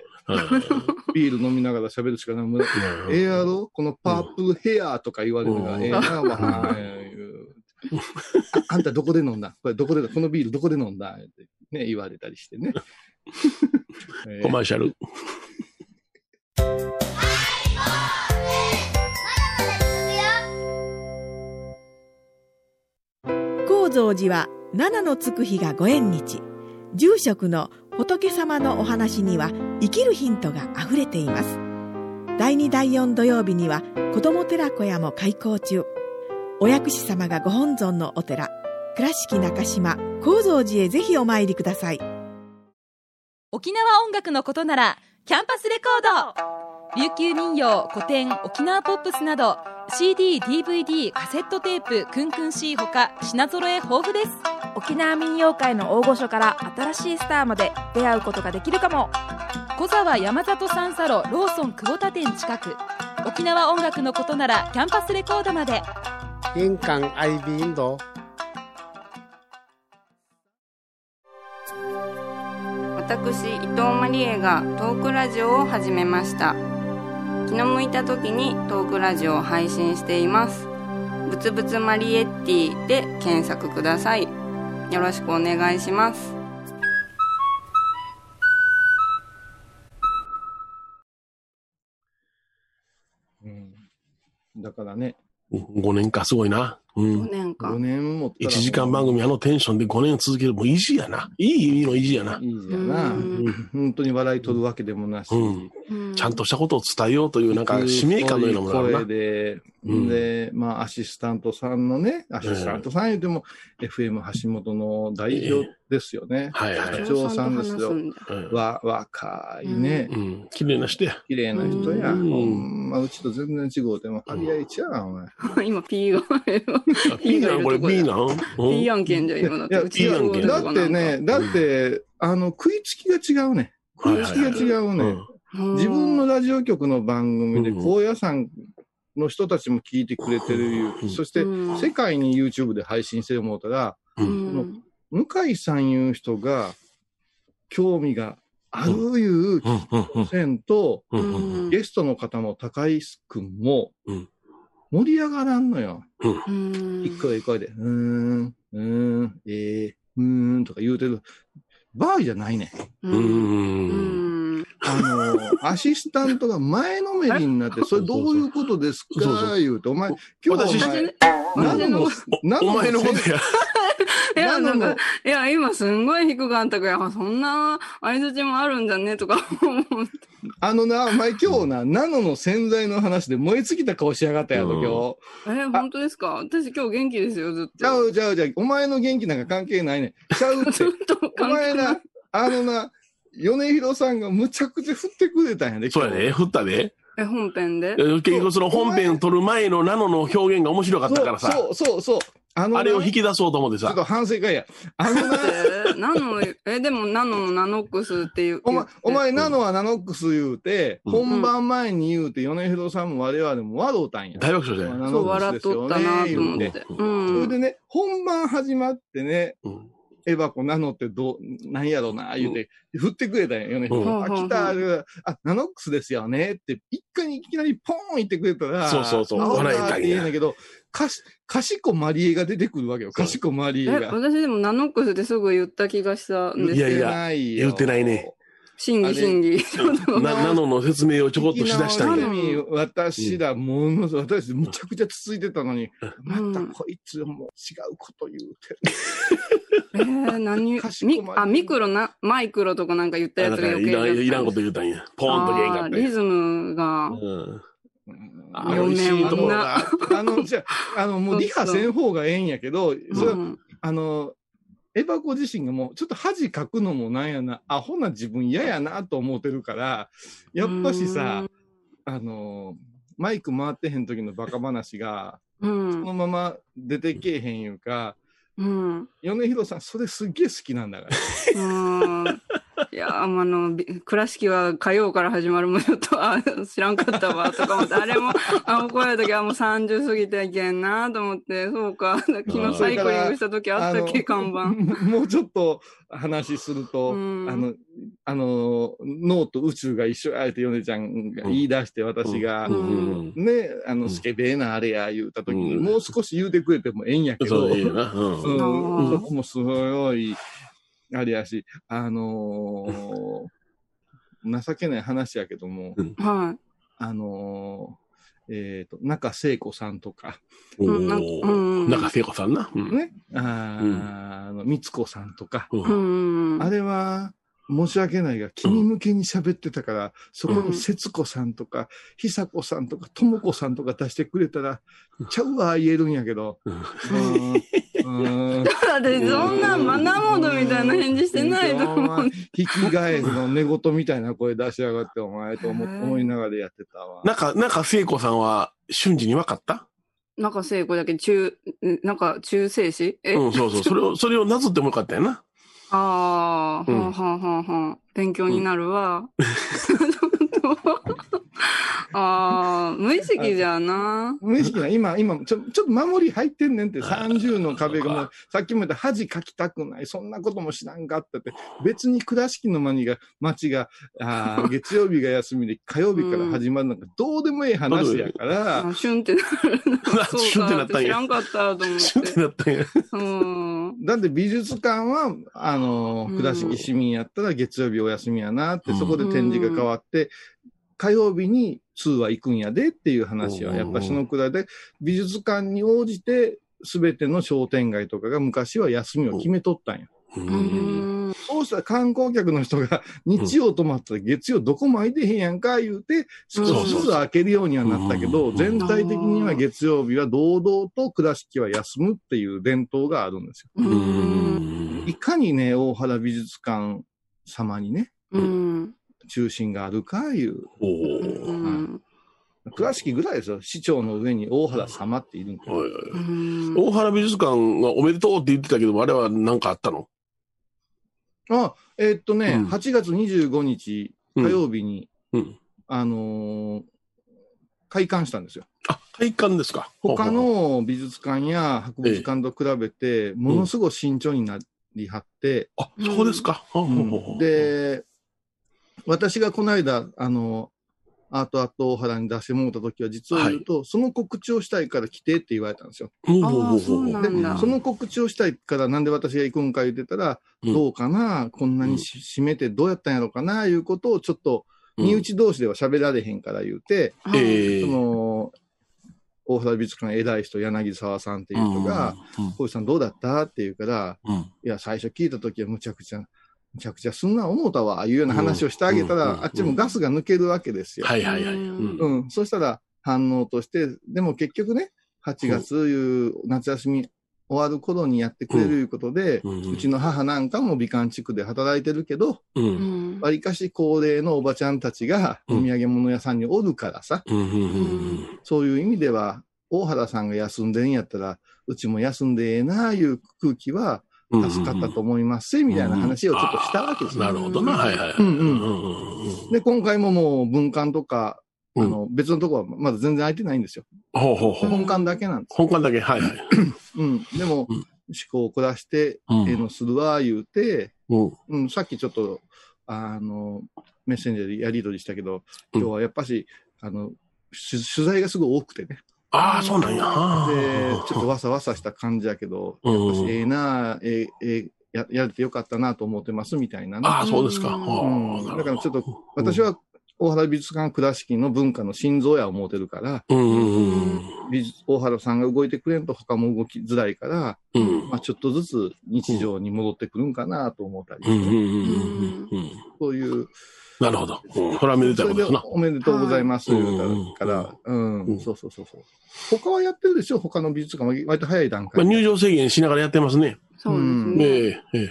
ビール飲みながら喋るしかない。ええやろこのパープルヘアとか言われるの
う
が
ん
ええな、わはいうああんたどこで飲んだこれどこでこのビールどこで飲んだってね、言われたりして ね。ええ
コマーシャル。
高蔵寺は七のつく日がご縁日住職の仏様のお話には生きるヒントがあふれています第2第4土曜日には子ども寺小屋も開校中お薬師様がご本尊のお寺倉敷中島・高蔵寺へぜひお参りください
沖縄音楽のことならキャンパスレコード琉球民謡古典沖縄ポップスなど CDDVD カセットテープクンクン C ほか品揃え豊富です
沖縄民謡界の大御所から新しいスターまで出会うことができるかも
小沢山里三佐路ローソン久保田店近く沖縄音楽のことならキャンパスレコードまで
印港 I 民度。
私、伊藤マリエがトークラジオを始めました。気の向いた時にトークラジオを配信しています。ぶつぶつマリエッティで検索ください。よろしくお願いします。
うんだからね、
5年か、すごいな。うん
5。年
5
間。
年もったらもう
1時間番組、あのテンションで5年続ける。もう維持やな。いい意味の維持やな。
いいじゃな
う。ん
本当に笑い取るわけでもなし。
うんちゃん
と。
としたことを伝えようという、なんか、使命感のようなものがあるな
声。で、
うん
で、まあ、アシスタントさんのね、アシスタントさん言っても、FM 橋本の代表ですよね。
はいはい
社。
長
長さんです
と話す
よ。
んだ
うん
わ、若いね
う。ん。綺麗な人や。
綺麗な人や。
うん
ほんまあ、うちと全然違うても、張り合いちゃうな、お前。
今 P が
P なんこれ
P
B なんうん
P 案件じゃん今だっ
い
て
や、
うちの
いい案件
ゴー
だ
ルド
っ
が
てね、だって、あの、食いつきが違うね。
はい
食い
は
つ
い
きが違うね。自分のラジオ局の番組で、
うん
高野山の人たちも聞いてくれてるいう、
うん
そして、
うん
世界に YouTube で配信して思うたら、
うん
向井さんいう人が、興味があるいう
うんうんうん
線と、
うんうん
ゲストの方も高井くんも
うん、
盛り上がらんのよ。
うん
一個一個で、うーん、うーん、えー、うーんとか言うてる。場合じゃないねん。
う
うんんうん
うん
あの、 アシスタントが前のめりになって、それどういうことです
そうそうそ
か言うて、お前、今日
私
お
私
前
ね、
何の、何
お前のことや。
いや、
何
な
の
んか、いや、今すんごい低かったから、そんな相づちもあるんじゃねとか思う。
あのな、お前今日な、ナノの洗剤の話で燃え尽きた顔しやがったやろ、
うん
今日。
え、本当ですか私今日元気ですよ、ずっ
ちゃ
と。
うちゃうちゃう、お前の元気なんか関係ないねん。ちゃう って
ず。っ と
お
関
前
係ない
な、あのな、米広さんがむちゃくちゃ振ってくれたんやで、
そうやね。振ったで。
え、本編で
え結局その本編撮る前のナノの表現が面白かっ
今日。
たからさ。
そうそうそうそう。あのな
あれを引き出そうと思って
ちょっ
さ。
と反省会や。あのな、
えナノ、え、でもナノのナノックスっていう。
お前、お前、
言って
ナノはナノックス言うて、
うん
本番前に言うて、米広さんも我々も笑うたんや。
大爆笑じゃない。
ナ
そう、
ノッ
笑
ク
っ
スです
と
よ
っ
ね
たなと思っ
言う
て。う
それ
ん。
でね、本番始まってね、
うん
エバコナノってどう、なんやろうな、言うて、振ってくれたんや、米広さん。
うん
あ、来た、あ、ナノックスですよね、って、一回にいきなりポーン言ってくれたら、
そうそうそう
あ
笑えたんや
って言うんだけど、かし、かしこまりえが出てくるわけよ、かしこまりえ
え、
が。
私でもナノックスってすぐ言った気がしたんです
いや
け
い
ど
や。言ってないね。
審議審議。ちょっと。
なナノの説明をちょこっとしだしたん
沖
や。
縄の民私ら、ものすごい、私、むちゃくちゃつついてたのに、
うん
またこいつもう違うこと言うて。
えー、 何
かしこ
ミ
まり
あ、ミクロな、マイクロとかなんか言ったや
だ
つ
か
が
ら
余
い
計
らん
に
いらんこと言うたんや。ポーンと
あー
原
リ
価
ズムが。
うん。
うん
あ
両面
美味しいとこ
女
あの、じゃあ、あの、もうリハせん方がええんやけど、それ
う
は、
ん
あの、エバコ自身がもう、ちょっと恥かくのもなんやな、アホな自分嫌やなと思ってるから、やっぱしさ、あの、マイク回ってへん時のバカ話が、
うん
そのまま出てけえへんいうか、
うん。
米広さん、それすっげえ好きなんだから。
うん。いやー、あの、び倉敷は火曜から始まるもんちょっと、あ、知らんかったわ、とか思って、あれも、あ、怒られた時はもう30過ぎていけんなと思って、そうか、昨日サイクリングした時あったっけ、看
も
板。
もうちょっと話すると、
うん
あの、あの、脳と宇宙が一緒やって、ヨネちゃんが言い出して、私が、
うんうん
ね、あ
う
の、
ん
スケベーなあれや言うた時に、
うん
もう少し言うてくれてもええんやけ
そ
ど、
う、いいよな。うん
うん
うん
そこもすごい、あれやし、あのー情けない話やけども、
は
あのーえっ、と、中聖子さんとか、
い。
お
うんなんかう
ー。
ん。
中聖子さんな。うん
ね、あー
うん
あの、みつこさんとか、
うん
うん。
あれは、申し訳ないが、君向けに喋ってたから、そこに節子さんとか、久子さんとか、智子さんとか出してくれたら、ちゃうわ、言えるんやけど。
うん
うーんうーん
だって、そんなマナーモードみたいな返事してないと思
お
う
前。引き返すの寝言みたいな声出しやがって、お前と思思いながらやってたわ。
中、中聖子さんは瞬時に分かった
なんか聖子だけ中、んなんか中性子え、
うん、そうそう。それを、それをなぞってもよかったよな。
ああ、
う
は
ん
んはんはんはん。勉強になるわ。 ああ、無意識じゃな。
無意識な、今、今、ちょ、ちょっと守り入ってんねんって、30の壁がもう、さっきも言った恥かきたくない、そんなことも知らんかったって、別に倉敷の間にが、町が、あー 月曜日が休みで、火曜日から始まるなんか、どうでもいい話やから、
あシュンってなる。
シュンってなったん
知
や
らんかったと思っ
瞬時
て。
だったんや。
うん。
だって美術館は、あの
う
ー、
ん
倉敷市民やったら月曜日お休みやなって、
うん
そこで展示が変わって、火曜日に通は行くんやでっていう話は、やっぱそのくらいで、美術館に応じて、すべての商店街とかが昔は休みを決めとったんや。
う
うんん。
そうしたら観光客の人が日曜泊まったら月曜どこも空いてへんやんか言うて、少しずつ開けるようにはなったけ
う
ど、
ん
全体的には月曜日は堂々と倉敷は休むっていう伝統があるんですよ。
う。
うんん
いかにね、大原美術館様にね、
うん。
中心があるかいう。
お
う
ー
ん。
倉敷ぐらいですよ。市長の上に大原様っているんだ
おいおい
うん
大原美術館がおめでとうって言ってたけど、あれは何かあったの
あ、えーっとね、
うん
8月25日火曜日に、
うん。
あのー開館したんですよ。
あ、体感ですか。
他
ほうほう
の美術館や博物館と比べて、ものすごい慎重になりはって、
ほう。あ、そうですか。ほうほうほうほう、
で、私がこの間、あの、アートアート大原に出してもらった時は、実を言うと、その告知をしたいから来てって言われたんですよ。
ほうほうほ
あーそう
ほ
な
う
で
んだ、
その告知をしたいから、なんで私が行くんか言ってたら、
うん
どうかな、こんなにし締めてどうやったんやろかな、いうことをちょっと、身内同士では喋られへんから言うて、
あ
ええ
その、大原美術館偉い人、柳沢さんっていう人が、、
うん
小石さんどうだったって言うから、
うん
いや、最初聞いたときはむちゃくちゃ、むちゃくちゃすんな思うたわ、いうような話をしてあげた
うんうんうん
ら、あっちもガスが抜けるわけですよ。
はいはいはい。
うん
うん。そしたら反応として、でも結局ね、8月いう夏休み終わる頃にやってくれるいうことで、
うん
うちの母なんかも美観地区で働いてるけど、
う
う
んん
わりかし高齢のおばちゃんたちが
う
お
ん
土産物屋さんにおるからさ、
うんうんうん
そういう意味では、大原さんが休んでんやったら、うちも休んでええなあいう空気は
うん
助かったと思います、 みたいな話をちょっとしたわけです
あーな
ね。
るほどな。はいはいはい。
うんうん
うんうんうん
で、今回ももう文館とか、
うん
あの、別のとこはまだ全然空いてないんですよ。
ほうほうほう。
本館だけなんです。
本館だけ、はいはい。
うん。でも、
うん
思考を凝らして、
う
ええ
ん
のするわ、言うて、
うん
うん、さっきちょっと、あの、メッセンジャーでやり取りしたけど、
うん
今日はやっぱし、あの、取取材がすごい多くてね。
ああ、そうなんや。
で
あ、
ちょっとわさわさした感じやけど、
うんうん
私ええなあええええや、やれてよかったなと思ってます、みたいなね、
あー、そうですか。あ
うん
ー
だからちょっと、私
私は
は大原美術館倉敷の文化の心臓や思うてるから、
うんうん
美術大原さんが動いてくれんと他も動きづらいから、
うんうん
まあ、ちょっとずつ日常に戻ってくるんかなと思ったり、
うんうんうんうんうん
そういう、
なるほど。うんこれはめでた
そ
いこ
れで
とや
おめでとうございます
はい
言うたから、うん、
うん
そうそうそうそう。他はやってるでしょ他の美術館は割と早い段
な。まあ
階で。
入場制限しながらやってますね。
そうです
うん
ね。
ええ、ええ。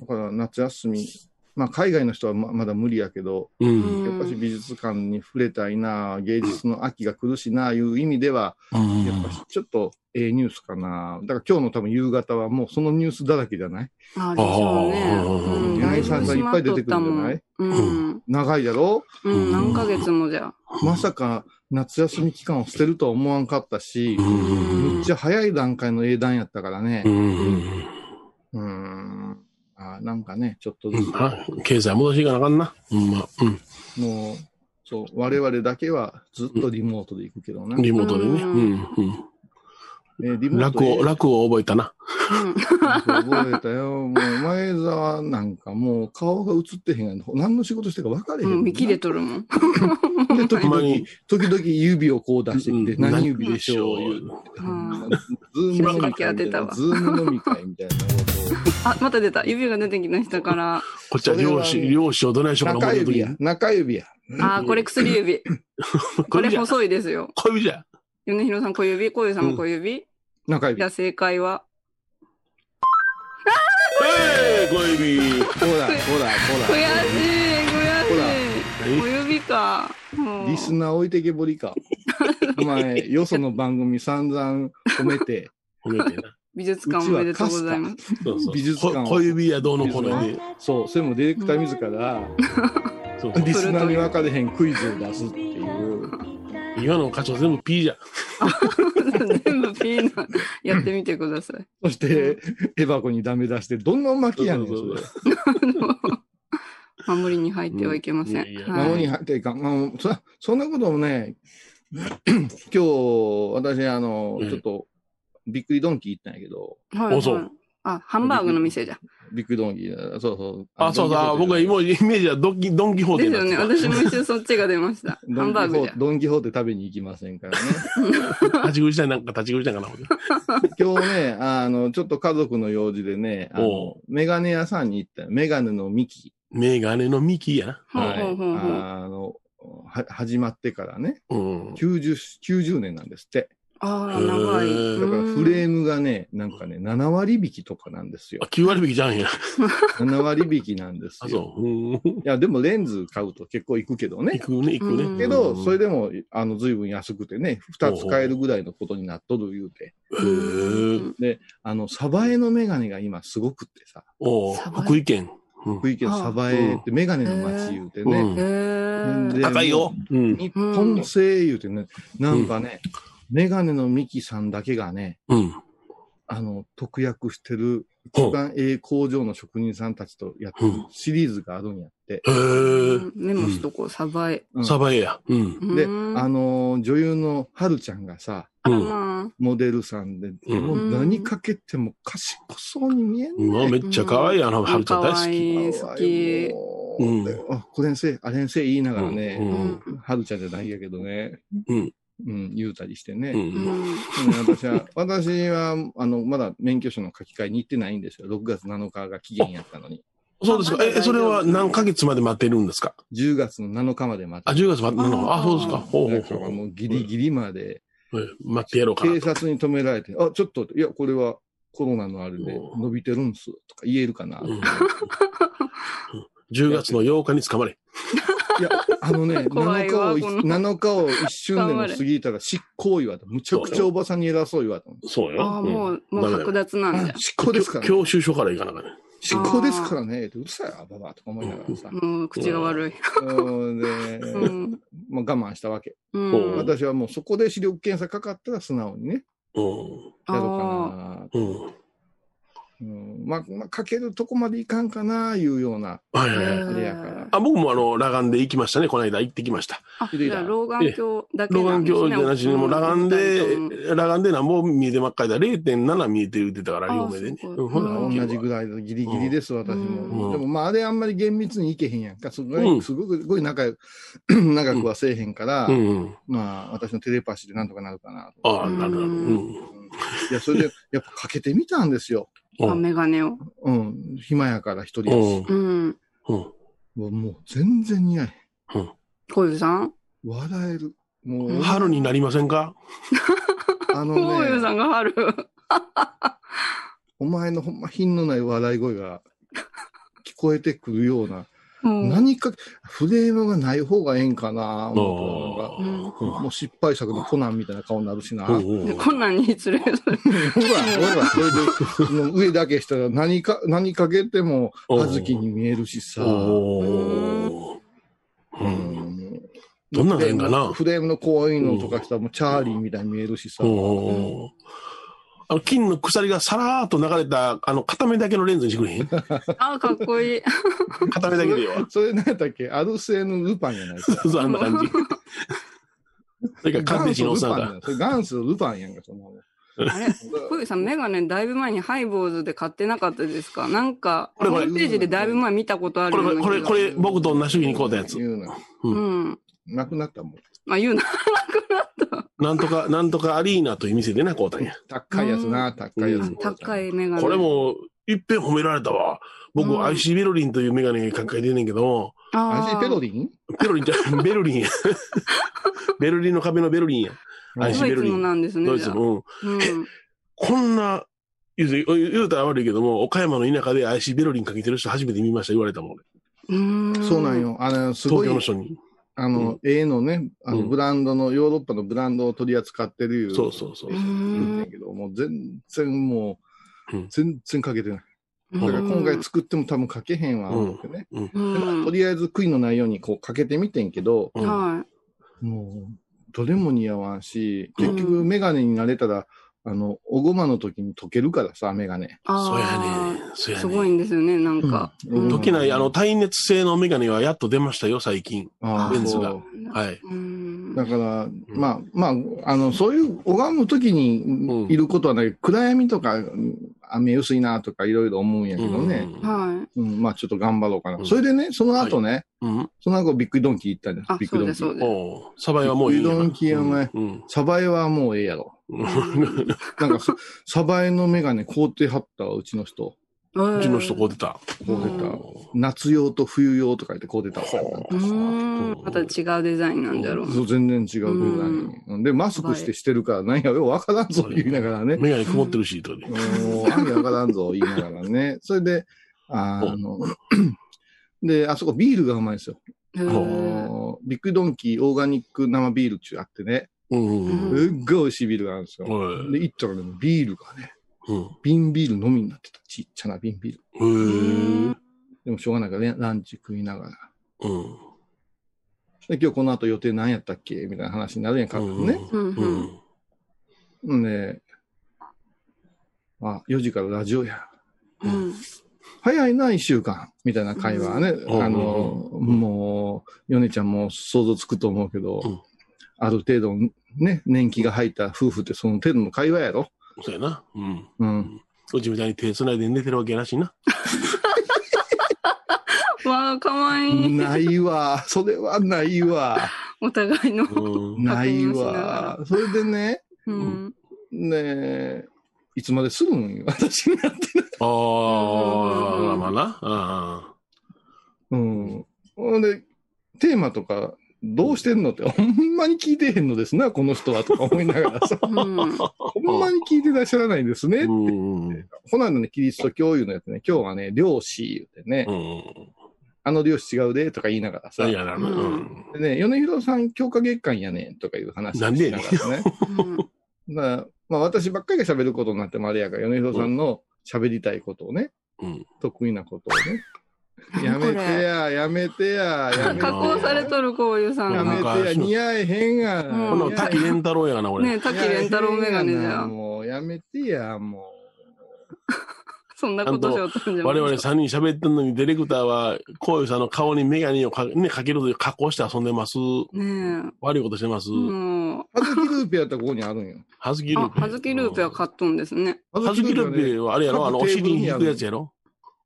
だから夏休み、まあ海外の人はままだ無理やけど、
うん。
やっぱり美術館に触れたいな、芸術の秋が来るしな、いう意味では、
うん
やっぱしちょっとええニュースかな。だから今日の多分夕方はもうそのニュースだらけじゃない
ああ、でしょうね。
あー
うん
柳
だ
沢
ぶ
さんいっぱい出てくるんじゃない
閉まっとったもん
長いだろ
うん。うん。何ヶ月もじゃ。
まさか夏休み期間を捨てるとは思わんかったし、
うん
めっちゃ早い段階の英断やったからね
う。んうん
うーん。あーなんかね、ちょっと
う
ず
んあ経済戻していかなあかんな。うんまあう
つ、もう、そう、我々だけはずっとリモートで行くけどな。
ん。リモートでね。
う
うん
えーリ
うん。
モート
楽を、
で
楽を覚えたな。
覚えたよ。もう前澤なんかもう顔が映ってへんが、何の仕事してるか分かれへ。
うんん。見切れとるもん。
で時
ほんま
々
に、
時々指をこう出してきて、
うん
何指でしょ
何
う、言
指
う
でしょう
て。
うん
ズーム飲み
暇
会
な時当
み
てた
たいな、
わ
ズーム飲み会みたいなこ
あ、また出た。指が出てきましたから。
こっちは漁師、
それはね
漁師をどないし
と
よ
を。
うかな
中
思ってる
指 や、中指や。
ああ、これ薬指。
時に。
これ
じゃ、
細いですよ。
小指じゃ。
米広さん小指、小遊さんも小指。
中指
じゃ。あ正解は。
ええ、小指。
ほら、ほら、ほ
悔しい
ら。ほ
悔しい小指か。もう
リスナー置いてけぼり か。お前、よその番組散々褒め て、
褒めてな。
美術館おめでとうございます。
そうそう
美術館を
こ小指やどうのこうので。
そう、それもディレクター自ら、
そう そう
リスナーに分かれへんクイズを出すっていう。
今の課長全部 P じゃ。
全部ピーナやってみてください。
そして、エバコにダメ出して、どんなおまきやねん、
そう
そ
そう
れ
そ。
守りに入ってはいけません。
うんいやいや
はい
孫に入っていかん。まあ、そそんなこともね、 今日、私、あの、
うん
ちょっと、びっくりドンキー行ったんやけど、
はいはい
おそう
あ、ハンバーグの店じゃ。
びっくりドンキー、そうそう。
あ、そうだ。僕は今、イメージはドンキ、ドンキホー
で
テ
す
だっ
よ
た
ね。私も一瞬そっちが出ました。ハ
ド
ン
ンキ
バーグ
ホ
じゃ
ー。ドンキホーテ食べに行きませんからね。
立ち食いしたいなんか立ち食いしたいかな。思って
今日ね、あの、ちょっと家族の用事でね、あ
お
の、メガネ屋さんに行ったよメガネのミキ。
メガネのミキやな。
ほう
はい。
ほうほうほう。
あの、は、始まってからね、
うん。
90、90年なんですって。
ああ、長
へ
い。
ー
だから
うん
フレームがね、なんかね、7割引きとかな んですよ
あ、。9割引きじゃんや。
7割引きなんです
あ、
よ。
そう。うん。行
いや、でもレンズ買うと結構いくけどね。
くね、行く
うん
ね。
けど、それ
で。
でも、あの、随分安くてね、2つ買えるぐらいのことになっとる言うて。
へえ。
あの、サバエのメガネが今すごくってさ。
おう
サバ
福井県。うん
福井県鯖江ってメガネの街言うてね。
うん
へー
で
高いよ。うん。
日本製言うてね、なんかね、メガネのミキさんだけがね、
うん。
あの、特約してる、
ほ
一番ええ工場の職人さんたちとやってる
うん
シリーズがあるんやって。
う。へ
うんメモしとこう、サバイ。
うん
え。サバエや。うん。
で、
う
あ
ん
のー女優の春ちゃんがさ、
あ
う
ら
ん。
ま
モデルさんで、
うん
もう何かけても賢そうに見えん
うわ、
ね。
めっちゃ可愛い。あの、
あ
はるちゃん大
可
好き。
愛い好き。
も
う
うんであ、これんせい、あれんせい言いながら
う
ね、
ん。
春ちゃんじゃないやけどね、
うん。
うん、言うたりしてね。
うん。うん
うん
うん私は、 私は、あの、まだ免許証の書き換えに行ってないんですよ。6月7日が期限やったのに。
そうです
ま
か。
だ大丈
え、
夫
それは何ヶ月まで待ってるんですか
10月の7日まで待
あ、
って。
10月までなの。あ、そうですか。ほうほ
だ
う
か
ほ
ら
う
もうギリギリまで、
え。待ってやろうかな
警。察に止められて、あ、ちょっと、いや、これはコロナのあれで
うん
伸びてるんす、とか言えるかな。
うん10月の8日に捕まれ。
いや、あのね、
怖
7
い
日
わ
をい、
この
7日を一瞬でも過ぎたら執行猶予だと。むちゃくちゃおばさんに偉そう言われたの
そう
ああ、もう、もう剥奪なんじゃ
あ。執行ですからね。
教習所から行かなあかんね。
執行ですからね。うるさいわ、ばばとか思いながらさ。
もう、口が悪い。
うんで、
うん。
まあ我慢したわけ。
うん
そう
私はもうそこで視力検査かかったら素直にね、
う
やろうか
あ
な。
ん。うん。
うん、まあ、まあ、かけるとこまでいかんかな、いうような、
はい
あ
はいはい。
あれやから。
あ僕もあの、裸眼で行きましたね。この間行ってきました。
あ、じゃあ老眼鏡だけ
老
なん
眼
ですね。
鏡じゃなしに、もう裸眼で、裸眼でなんぼ見えてまっかいだ。0.7見えて言ってたから、
あ
両目でね。
そううか
んほな
まあ
行けるわ
同じぐらいのギリギリです、私
う
も。
ん
でもまあ、あれあんまり厳密にいけへんやんか。すごい、
うん
すごく、すごい仲良く、 長くはせえへんから、
うんうん。
まあ、私のテレパシーでなんとかなるかなと。
ああ、なるなる。うん。
いや、それで、やっぱかけてみたんですよ。
う
あ、
ん。
メガネを。
うん、暇やから一人
う
やし
ん。
うん。
うん。
もうもう全然似合えへん。
小遊さん
笑える。も う、
春になりませんか
あの
小遊さん
ね、
が春。
お前のほんま品のない笑い 声が聞こえてくるような、
うん
何か、フレームがない方がええんかな、
あ
思うと
う
うんん
なんかもう失敗作のコナンみたいな顔になるしな。
う
ほら、
んうん
こんなんに失礼する。
ほら、それで、その上だけしたら何か、何かけても、
うん
小豆に見えるしさ。
おーう。
うんん
どんなんがええんかな
フレームのこういうのとかしたら、もうチャーリーみたいに見えるしさ。
おーあの、金の鎖がさらーっと流れた、あの、片目だけのレンズにしてくれへん
あ、かっこいい。
片目だけでよ。
それ何やったっけアルセーヌ・ルパンじゃないですか。
そう、あんな感じ。それから、完璧のおっさんが。
元祖ルパンやんか、その。
あれ、小遊さん、メガネだいぶ前にハイボーズで買ってなかったですかなんか、
これこれ
ホームページでだいぶ前見たことある
こ
よう
れ、
な気
これ、
が
これ、僕と同じ時に買うたやつ。
言うな。
うん。
なくなったもん。
まあ言うな。
なんとか、なんとかアリーナという店でな、買うたんや。
高いやつな、高いや
う
つ
ん。
高いメガネ。
これ。も、いっぺん褒められたわ。僕、
うん
IC ベロリンというメガネ考えてんねんけども、
あ
あ
あ。
ペロリン
ベロリン じゃ、ベルリンや。ベルリンの壁のベルリンや。
あ
愛し
ドイツのなんです
ド
ね。
イ
じ
ツ
ゃあ
の。うん。
うん。
こんな、言うて言うたら悪いけども、岡山の田舎で IC ベロリンかけてる人初めて見ました、言われたもん。
うん
そうなん。よ。あの、すご
東
い
京の、人に。
あ
うん
の、絵のね、あ
う
の、
ん
ブランドの、ヨーロッパのブランドを取り扱ってるいう。
そうそうそう
う
そ
言うて
ん
ん。けど、もう全然も
う、
うん全然かけてない。
だ
だから今回作っても多分かけへんわ、思ってね。
うん。
う
でまあ
ん
と。りあえず悔いのないようにこうかけてみてんけど、
うん
は
もう、どれも似合わんし、
うん
結局メガネになれたら、あの、おごまの時に溶けるからさ、メガネ。
い。
そうやね
あ。
そう
あ。
や
すごい
ね。
んですよね、なんか。
うん
時ない、あの、耐熱性のメガネはやっと出ましたよ、最近。
あ
レンズが
そう
はい。
うん。
だから、まあ、まあ、あの、そういう拝む時に
うん
いることはない、暗闇とか、雨薄いなとかいろいろ思うんやけどね、
はい。
うんまあちょっと頑張ろうかな。
うん
それでね、その後ね、
うん。
その後ビッグドンキー行ったんです
あ
ビッグドン
そ
キ
うですそう
ー。
です
おうサバイはもういいんやな。
うどん系はね
うん。
サバエはもうええやろ。
うん
なんかさ、サバエのメガネ買うてはったわうちの人。
う
うちの人こう出た。
こう出た
う。
夏用と冬用とか言ってこう出たわ。
ほ
うーん。また違うデザインなんだろう。
そう全然違うデザインうんで、マスクしてしてるから、なんや、ようわからんぞ、言いながらね。
メガネ曇ってるし、とかで。
もう、わけわからんぞ、言いながらね。 それで、あーあの、 で、あそこビールがうまいんですよ。
へー
あのビッグドンキーオーガニック生ビールっていうのあってね、
うんうん
すっごい美味しいビールがあるんですよ。
うん。
で、行ったらね、ビールがね、
うん。
瓶ビールのみになってた。ちっちゃな瓶ビー
へ
ル。
え。
でもしょうがないからね、ランチ食いながら。
うん。
で今日この後予定何やったっけみたいな話になるやんか、ね。
うん
う
うん。
ん。
うんで、あ、4時からラジオや。
うん。
早いな、1週間。みたいな会話はね、
ん
あの、もう、ヨネちゃんも想像つくと思うけど、
うん
ある程度、ね、年季が入った夫婦ってその程度の会話やろ。
そうやな。うん。
うん。
うちみたいに手繋いで寝てるわけやなしな。
わあ、かわいい。
な いわ。それはないわ。
お互いの。
うん。
な
確
い
認しなが
わ。それでね、
うん。
ねえいつまでするん私になって。
ああ、
うん
まあまあな。あ
うん。ほんで、テーマとか、どうしてんのって、ほんまに聞いてへんのですな、この人は、とか思いなが らさ、
うん。
ほんまに聞いてらっしゃらないんですね。
あ。うん。うん。
この間ね、キリスト教いうのやつね、今日はね、漁師言うてね、
うん。
あの漁師違うで、とか言いながらさ、
い
で
やな。うん。
ね、米広さん強化月間やねん、とかいう話
な
を
んで
し
や
な
ねん
がらね。まあ、まあ私ばっかりが喋ることになってもあれやから、米広さんの喋りたいことをね、
うん。
得意なことをね、やめてや、やめてや、やめて
加
や。
工されとる、こういうさん
や
が
め。てや、似合えへんがな。
うん
この滝蓮太郎やがな、俺。
ねえ、滝蓮太郎メガネじゃん。
もうやめてや、も
そんなことしようとんじゃ
我々
ん。
3人喋ってんのに、ディレクターは、こういうさんの顔にメガネをか,、ね、かけるという加工して遊んでます。
ね
悪いことしてます。
え。もう。
う。はずきルーペやったらここにあるんよ。
はずきルー
あ、
ペ。
はずきルーペは買っとんですね。
はずきルーペはあれやろあの、お
各テーブ
尻
ル
に
に
引
ある
くやつやろ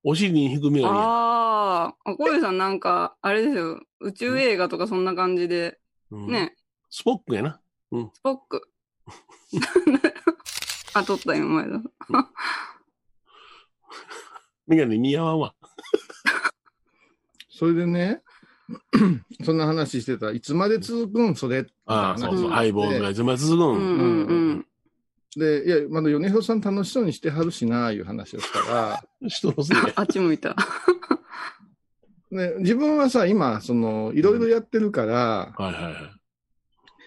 お尻に引くメガネや。
ああ、小うさんなんか、あれですよ。宇宙映画とかそんな感じで。
うん
ね、
スポックやな。
スポック。 あ、撮ったよ、前田さん。
メガネ似合わんわ。
それでね、 そんな話してたらいつまで続くん、それ。
ああ、そうそう。
うん
ハイボールがいつまで続く
うん
ん。
うんうん。
で、いや、まだ米広さん楽しそうにしてはるしな、いう話をした ら、
人のせいや。
あっち向いた。
ね、自分はさ、今、その、いろいろやってるから、
はいはいはい。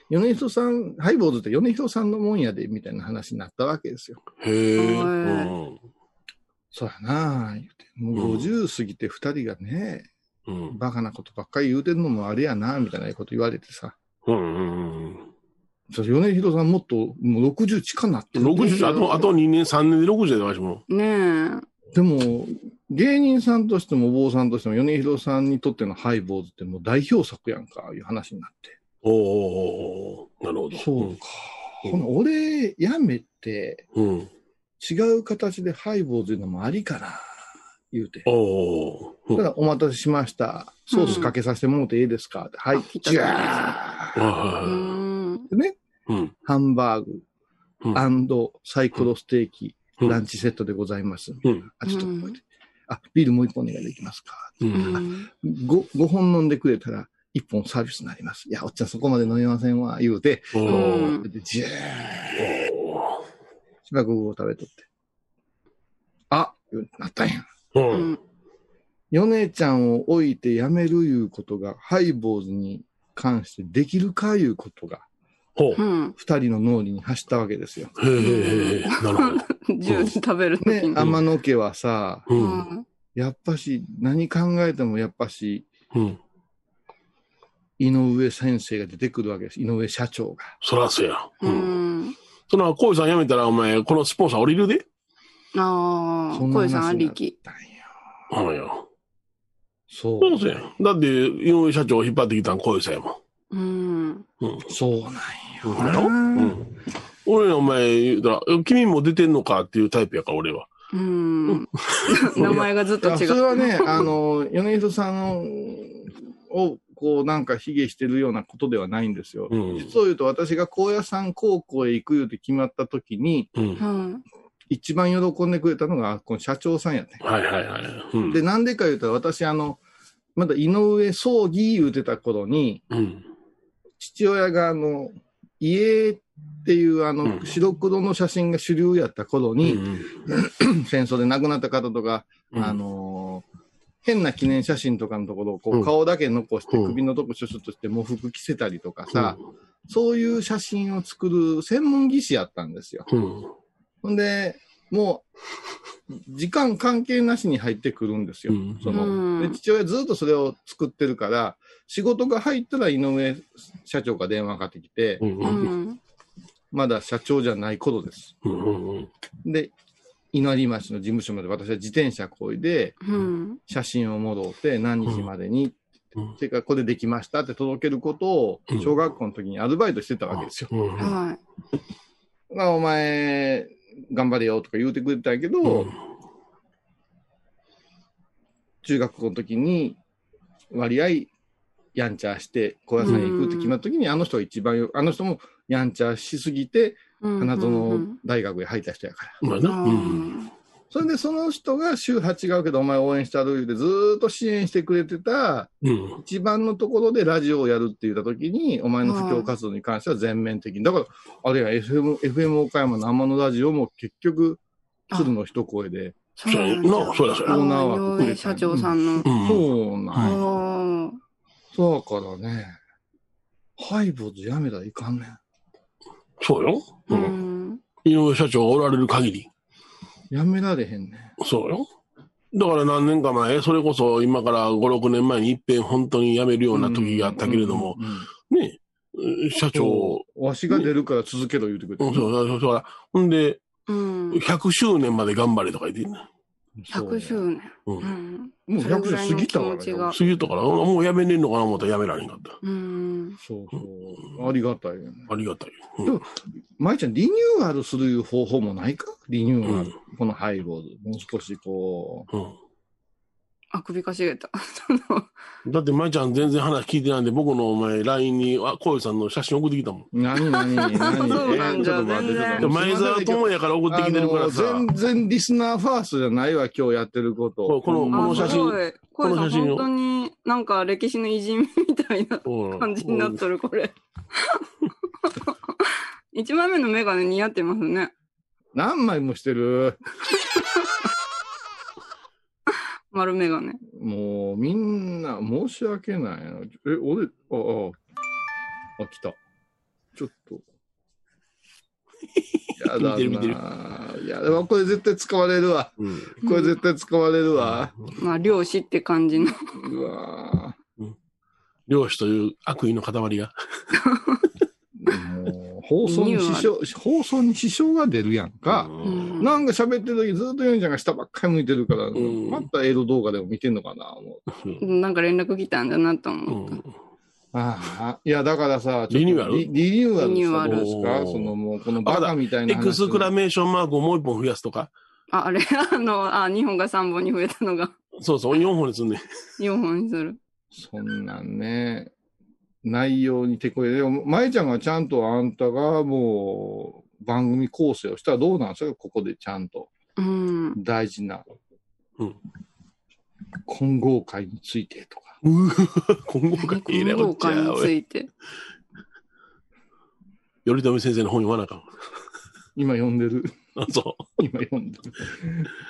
米広さん、ハイボーズって米広さんのもんやで、みたいな話になったわけですよ。
へえ。
おい
うん
そうやなあ言うて。もう50過ぎて2人がね、
うん。
バカなことばっかり言うてんのもあれやな、みたいなこと言われてさ。
うんうんうん。
そう米広さんもっと、もう60近なってる
60、あと、あと2年、3年で60で、わしも。
ね
でも、芸人さんとしてもお坊さんとしても、米広さんにとってのハイボーズってもう代表作やんか、いう話になって。
おーおーおーおーなるほど。
そうか。ほな、俺、やめて、
うん。うん。
違う形でハイボーズいうのもありかな、言うて。
おーおーおー
た
うん。
だ、お待たせしました。ソースかけさせてもらっていいですか、ってはい、じゃ
あ
ー
え。
は
う
いは
ーん。
でね、
いうん。
ハンバーグ、
うん
アンドサイコロステーキ、
うん
ランチセットでございます。
うん。
あ、ちょっと、
うん
あ、ビールもう一本お願いできますか
う。
うんん
5, 五本飲んでくれたら、1本サービスになります。いや、おっちゃんそこまで飲めませんわ、言うて、
おー
でジュー
お
芝生を食べとって。あ、言うなったんや。
ー
う
うん。
ん。
ヨネちゃんを置いて辞めるいうことが、ハイボーズに関してできるかいうことが、
ほう
う。ん。
二人の脳裏に走ったわけですよ。
へえへえへえ。なるほど。
ジュース食べるとき
ね
に。、
天野家はさ、
う。
うんん。
やっぱし、何考えてもやっぱし、
うん。
井上先生が出てくるわけです。井上社長が。
そらそうや。
う
うん。
ん。
その、こうさん辞めたら、お前、このスポンサー降りるで。
ああ、
そんな
小
話
う
に
さん
な
あ
っ
りき。
たんや
うんよ。そ
そ
う
う。
そうやん。だって、井上社長を引っ張ってきたん、こうさんやもん。
うん。
そうなんや。
うんやろうん。俺、お前、言うたら、え君も出てんのかっていうタイプやから、俺は。
うん。名前がずっ
い
と
やそ
違
れ
う。
はね、あの、米人さんを、こう、なんか卑下してるようなことではないんですよ。
うん
実を言うと、私が高野山高校へ行くよって決まった時に、
うん。
うん。
一番喜んでくれたのが、この社長さんやね。
はいはいはい。うん。
で、なんでか言うと、私、あの、まだ井上葬儀言うてた頃に、
うん。
父親が、あの、家っていう、あ
う
の、
ん
白黒の写真が主流やった頃
う
に、
ん。
戦争で亡くなった方とか、
うん
あ、のー変な記念写真とかのところをこ
うん
う顔だけ残して
うん
首のとこシュシュッとして喪服着せたりとか
さ
さ、そういう写真を作る専門技師やったんですよ。
うん。
ほんで、もう、時間関係なしに入ってくるんですよ。
うん
その
うん
で父親ずっとそれを作ってるから、仕事が入ったら井上社長が電話かかってきて、
うんう
うんん。
まだ社長じゃない頃です。
うんうん
で、稲荷町の事務所まで私は自転車こいで、
うん。
写真を戻って何日までに、
うん
それからこれできましたって届けることを
うん
小学校の時にアルバイトしてたわけですよ。
うん
は
まあお前、頑張れよとか言うてくれたんやけど、中学校の時に割合やんちゃして高野山に行くって決まった時に、あの人が一番よあの人もやんちゃしすぎて
い。うん
花
う
園
ん
大学へ入った人やから、
まあ
う
な。うん
ん
それでその人が宗派違うけどお前応援したる言うてずーっと支援してくれてた
うん
一番のところでラジオをやるって言った時にお前の布教活動に関しては全面的にだからあれや FM, FM 岡山の天のラジオも結局鶴の一声で
そう
そうやな。そうやそう
オ
や。
ーナー
あ
は
の
ここ
井
で
上社長さんの。
うん
そうなん
はい
おー
だからね、ハイボーズやめたらいかんねん。
そうよ。
う
うん
ん。
井上社長がおられる限り。
やめられへんねん。
そうよ。だから何年か前、それこそ今から5、6年前に一遍本当に辞めるような時があったけれども、
うん、うんうん
ね、社長、
そうわしが出るから続けろ言うてくれて。
うんそうそうそうだから、ほんで、
うん。
100周年まで頑張れとか言ってんな
そう
100周年。
うん
うん。
もう100周過ぎたから
それぐらいの気持ちが
ね。
過ぎたから、もう辞めねえのかな思ったら辞められんかった。
うん。
そうそう。ありがたいよね。
ありがたい。
舞ちゃん、リニューアルするいう方法もないかリニューアル。このハイボーズ。もう少しこ
うん
あ、首かしげた。その
うんだって、舞ちゃん全然話聞いてないんで、僕のお前、LINE に、あ、こういうさんの写真送ってきたもん。
う。何何何
そうなんだ
えーちょっと待っ
全
て、ちょっと
然
待っ
前
て。
澤友也から送ってきてるからさ、
あの全然リスナーファーストじゃないわ、今日やってること。
そうこの
ほんま
あ
この写
す
真
ごい。これ
この
さ、
写真
本
を
当になんか歴史の偉人みたいな
うん
感じになっとる、これ。 一枚目のメガネ似合ってますね。
何枚もしてる。
丸メガネ。
もうみんな申し訳ないな。え、俺、ああ、あ、来た。ちょっと。やだな。
見てる見てる
いや、でもこれ絶対使われるわ。
うん
これ絶対使われるわ。
まあ、漁師って感じの。
うわ
漁師という悪意の塊が。
ぁもう放送に支障、放送に支障が出るやんか。
うん
なんか喋ってる時ずっとヨンちゃんが下ばっかり向いてるから、
ん
またエロ動画でも見てんのかな、思う。
なんか連絡来たんだなと
う
思った。
ん
ああ、いや、だからさ、ちょっと
リニューアル
リリニューアル
リニュー
さ
ア
ど
ル
うですか
おー
そのもう、このバカみたいな
エ
話。
クスクラメーションマークをもう一本増やすとか。
あ、あれ、 あの、あ、2本が3本に増えたのが
そうそう、4本にすんねん。
4本にする。
そんなんね、内容にてこいで、でも、舞ちゃんがちゃんとあんたがもう、番組構成をしたらどうなんですかここでちゃんと。
うん。
大事な。
うん
混合会についてとか。
うー今後かいいね、
運
お
動
っちゃ
会に
ん。お
つ
い
いて。
頼朝先生の本読まなあかん。
今読んでる。
あそ
今読んでる。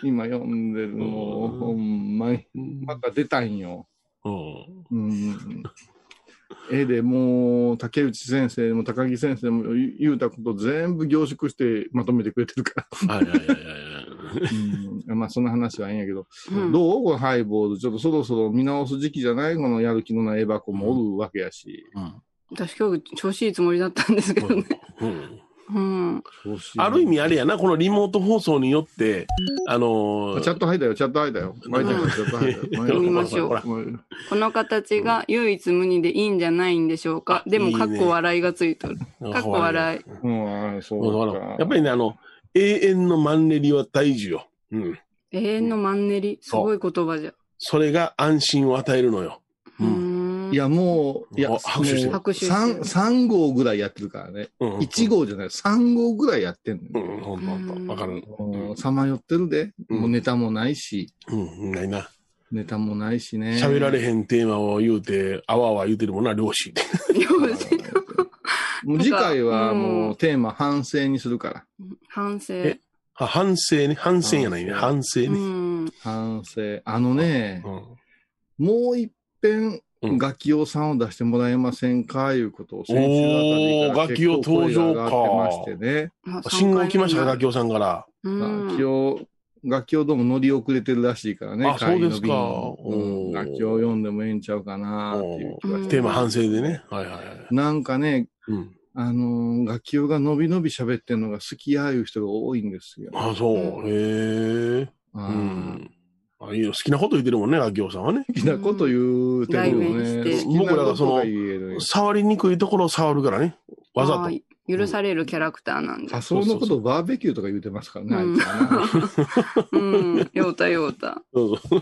今読んでる。も
う
う、
ん
ほんまに。
う。うん
また出たんよ。
うん
うん絵でもう竹内先生も高木先生も言言うたこと全部凝縮してまとめてくれてるか
はいはいはいはいはい。
ら、うんまあそんな話はいいんやけど、
うん
どうこのハイボールちょっとそろそろ見直す時期じゃないこのやる気のないエバ子もおるわけやし、
私今日調子いいつもりだったんですけどね。
うん
うん。
調子いい
ある意味あれやな、このリモート放送によって、あのー
あチャット入ったよチャット入ったよ巻いたよチャット入ったよ
うん
見ましょう
ほらほらほら
この形が唯一無二でいいんじゃないんでしょうか。
あ
で
いい
も、
ね
かっこ笑いがついとる。かっこ笑い。
うんあ
そう
そう
だ
か
なやっぱりね、あの、永遠のマンネリは大事よ。うん。
永遠のマンネリ。すごい言葉じゃ。
それが安心を与えるのよ。
う
う
ー
ん。
ん。
いやもういや
あ拍手してる
もう
拍手してる
3, 3号ぐらいやってるからね
うん
1号じゃない3号ぐらいやってんのよ、
うん、ほんとほんと。わかる。
さまよってるで、
うん
もうネタもないし、
うん、ないな。
ネタもないしね。
喋られへんテーマを言うて、あわあわ言うてるもんな、漁師。
よし。
もう次回は
なんか
も
う
うんテーマ反省にするから。
反省。
えあ反省ね。反省やないね。反省
う
ね。
ん。
反省。あのね
う、ん。
もう一遍、
うん
楽器用さんを出してもらえませんかいうことを先週あたりから
おー楽器用
結構声が上がってましてね。
あ
信号来ましたか、ガキオさんから。
う
楽
ん
器。用楽器をどうも乗り遅れてるらしいからね。
あそうですか
帰りの便に
おー
うん楽器を読んでもええんちゃうかなっていう気がし
テーマ反省でね。はいはいはい。
て。なんかね、
うん。
あのー楽器用がのびのび喋ってるのが好きやいう人が多いんですよ。
あ、そう。へえ。
う
うん。あいいよ好きなこと言ってるもんね、あきおさんはね。
好きなこと言うてるよ
代弁
ね。
して
好きなことが言える。
触りにくいところを触るからね。わざ
あ
と。
ー許されるキャラクターなんで
仮。想のことをバーベキューとか言うてますからね、あいつはな。
うん。ようたようた。
そうそう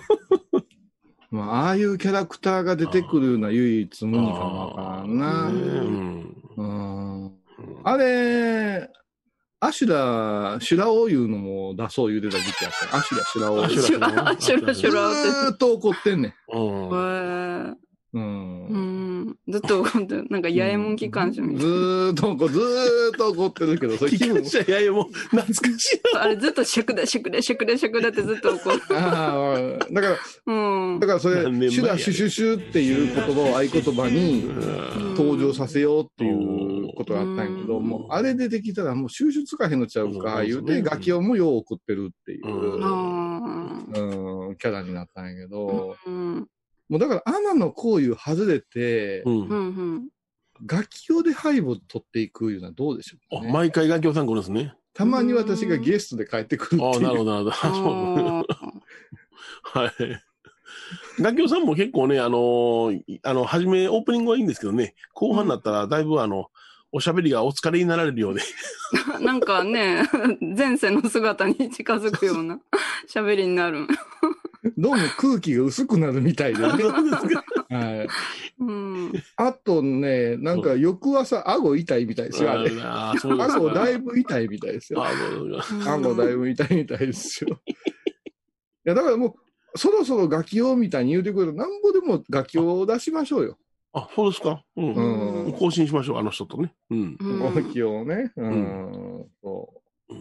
まあ、ああいうキャラクターが出てくるのは唯一無二かもわからん
ね
な。
うん。
うんあれ、アシュラ、シュラオいうのも出そう言うてた時期あった。アシュラ、シュラオ
あシュラ
シュラシ
ず
ュラ
ーっと怒ってんね
う
へ
ん
ー
ん。う。
うんん。ずっと怒ってる、なんか、八重門機関車みた
ず
いな。
ーっと怒、ずーっと怒ってるけど、それ
機
気分
関。車やいやもう懐かしい
あれ、ずっとシャクだ、シャクだ、シャクだ、シャクだってずっと怒る。
ああ、だから、
うん
だ。からそれ、
何年前やね
シュラシュシュシュっていう言葉を合言葉に登場させようっていうことがあったんやけど、
うん
もうあれ出てきたらもう収集つかへんのちゃう
う
か、
ん
言うて、楽器をもよう送ってるっていう、
う
あ
うん、キャラになったんやけど、
ーうん。
もうだから天の行為を外れて、
う。
うんん。
楽器用で敗部取っていくいうのはどうでしょう
あ
か、ね。
毎回楽器おさん来るんですね。
たまに私がゲストで帰ってくるっ
あ
て
あ、
い
なるほ
う。
ど、なるほどあ
うん
そう。
あ
はい。楽器おさんも結構ね、あのーあの、初めオープニングはいいんですけどね、後半になったらだいぶあの、おしゃべりがお疲れになられるようで、
ーなんかね、前世の姿に近づくような喋りになる。
どうも空気が薄くなる みたいでね。はい
うん。
あとね、なんか翌朝、顎痛いみたいですよ、あれ。
あーそうです
顎だい
ぶ。
ぶ痛いみたいですよ。
あそうですか
顎だいぶ痛いみたいですよ。いや、だからもう、そろそろ楽器をみたいに言うてくると、なんぼでも楽器を出しましょうよ。
あ、そうですか。うん。
うん
更新しましょう、あの人とね。うん。
うん
楽器をね。うん。そう。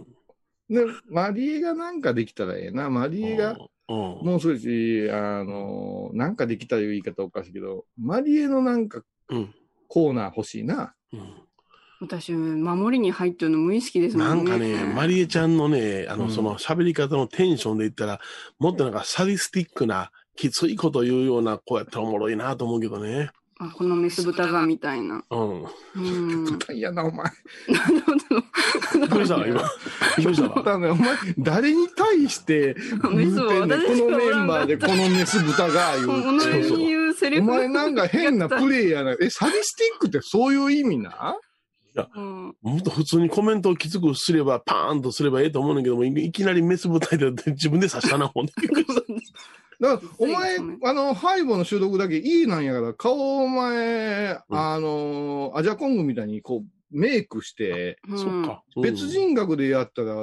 で、マリエがなんかできたらええな。マリエが、
うん。
もう少し、あの、なんかできたらいう言い方おかしいけど、マリエのなんか
うん。
コーナー欲しいな。
うん
私、守りに入ってるの無意識ですも
なん
んね。
かね、マリエちゃんのね、あの、
うん
その喋り方のテンションで言ったら、もっとなんかサディスティックな、きついこと言うような子やったらおもろいなと思うけどね。
あこのメス豚がみたいな。
うん。
うん。なる
豚嫌な、お前。
ほど
びっくりしたわ、今。びっくりしたわ。
だね、お前、誰に対して、
メスを
言うてんねん
私しか
この
お
メ
ら
ン
んか
バ
っ
ーでこ
た。
のメス豚が言
こ
う
の
て
世に言うセリ
お
フ。
前なんか変なプレイヤーな。え、サディスティックってそういう意味な
うん
もっと普通にコメントをきつくすれば、パーンとすればええと思うねんだけども、いいきなりメス舞台で 自分で刺したな、ほんで。
だから、お前、
そうですね
あの、ハイボの収録だけいいなんやから、顔をお前、
うん
あの、アジャコングみたいにこう、メイクして、
うん
そっか。
別人格でやったら、ぬ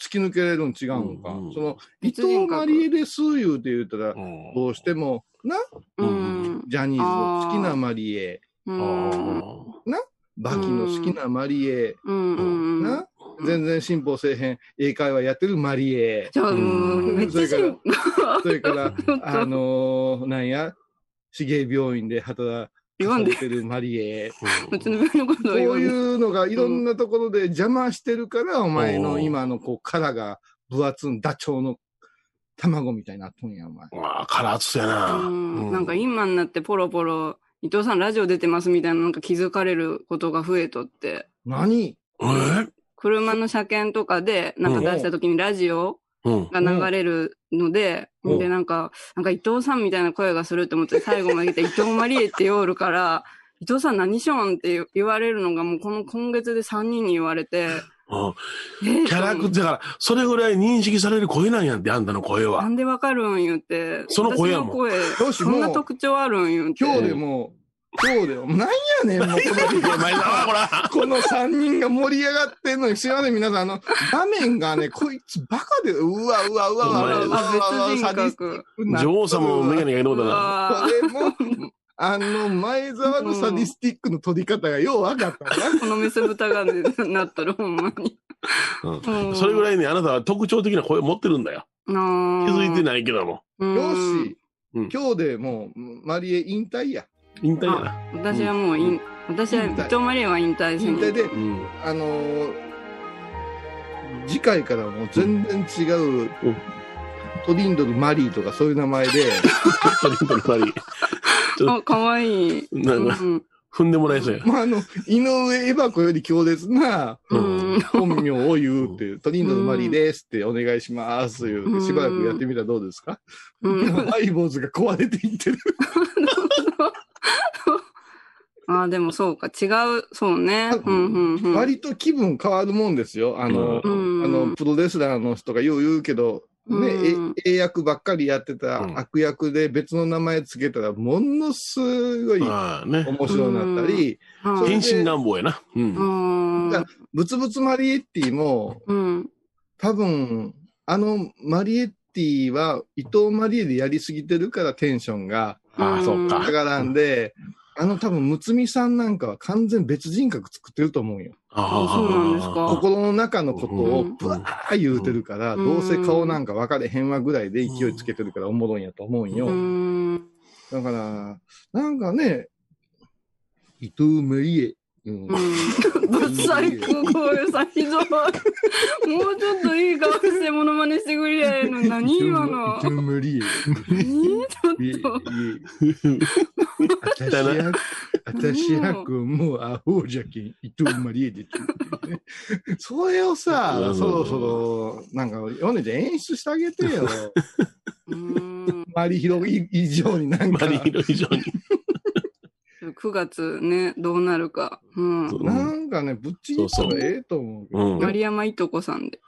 突き抜けれるん違うんか。
うん
その、伊
別
藤
人格
マリエです言うて言ったら、
うん。
どうしても、な、
うん。
ジャニーズの好きなマリエ、
う
あ
ん。
ー
バキの好きなマリエ、
うんうんうん。
な、全然進歩せえへん、英会話やってるマリエ、
じゃあ、もう、めっちゃ
そ れ
心
かそ れから、
配。
あのー、なんや、手芸病院で働
言わんで
かされてるマリ エ。
う
うちの上のこと
こ
を
う
言わないい。
うのがいろんなところで邪魔してるから、お前
う
の
ん
今のこう、殻が分厚ん、ダチョウの卵みたいになっとんや、お前。
ん。ああ、カラー厚そうやな。
うんなんか今になってポロポロ、伊藤さんラジオ出てますみたいななんか気づかれることが増えとって、
何
えー
車の車検とかでなんか出した時にラジオ
うん。
が流れるので、
うん
でなんか、なんか伊藤さんみたいな声がすると思って最後まで来て伊藤マリエっておるから、 伊藤さん何しょんって言われるのがもうこの今月で3人に言われ て、
うん
えー
キャラクター、だから、それぐらい認識される声なんやって、あんたの声
な
は。
んでわかるん言うて。
その声やも
私の
ん
声、
よし、
そんな
もう、
特徴あるん言うて。
今日でもう、今日でも、なんやねん、もうこの
いや前澤ほら
この3人 が盛り上がってんのに、すいません、皆さん、あの、画面がね、こいつバカで、うわ、うわ、うわ、うわ、うわ、うわ、うわ、
あ、別
サ
人
ディステ
格。
ィック
女王様もメガ
ネ。
ネがいろうだ
う
な。
わ
これも、あの、前澤のサディスティックの取り方がようわかったな。
このメス豚がね、なっとる、ほんまに。
うんそれぐ
い
らいね、あなたは特徴的な声を持ってるんだよ。
気
気づいて
い。
ないけども。
よ
うん
し、
うん
今日でもう、マリエ引退や。
引退やな。
私はもう、いん私は、
引退
伊藤マリアは引退せ
引
ん。
退で、
うん。
あのー次回からもう全然違う、
うん
トリンドル・マリーとかそういう名前で、
トリンドルマリー。
あ、かわいい。
な
うん
か、
ん。
踏んでもらえそうや。
まあ、あの、井上恵和子より強烈な
うん。
本名を言うっていう、トリンドル・マリーですってお願いしますという、しばらくやってみたらどうですか
うん。
アイボーズが壊れていってる。
あー、でもそうか。違う。そうね。うん、うん、うん。
割と気分変わるもんですよ。あの、
うん
あの、プロレスラーの人がよう言うけど、ね、
うん
え英役ばっかりやって
うん
た悪役で別の名前つけたら、ものすごい面
ああね。
白くなったり、
は
そ
い
れ
変身願望やな。うん。
うん。
だブツブツマリエッティも、
うん。
多分、あのマリエッティは伊藤マリエでやりすぎてるからテンションが
ああ、そっか。
上がらんで、あの多分、むつみさんなんかは完全別人格作ってると思うんよ。
ああ、
そうなんですか
ここ
心の中のことを
うん
ブワー言うてるから、
うん
どうせ顔なんか分かれへんわぐらいで勢いつけてるからおもろいんやと思うんよ。
うん。
だから、なんかね、伊藤メリエ。うん
うん。 最高、これさ、ひどい。もうちょっといい顔してモノマネしてくれやれの。何今の
伊。藤メリエ。
何
いえい
ちょっと。
え私や、私やくんもうアホじゃけん、伊藤マリエで。それを
う
さ、
ん
そろそろ、なんか、ヨネちゃん演出してあげてよ。
うん。
マリヒロ以以上になん
マ
か。
リーの以上に。
9月ね、どうなるか。うん。
なんかね、ぶっちぎったらええと思うけど。
うん。
丸山いとこさんで。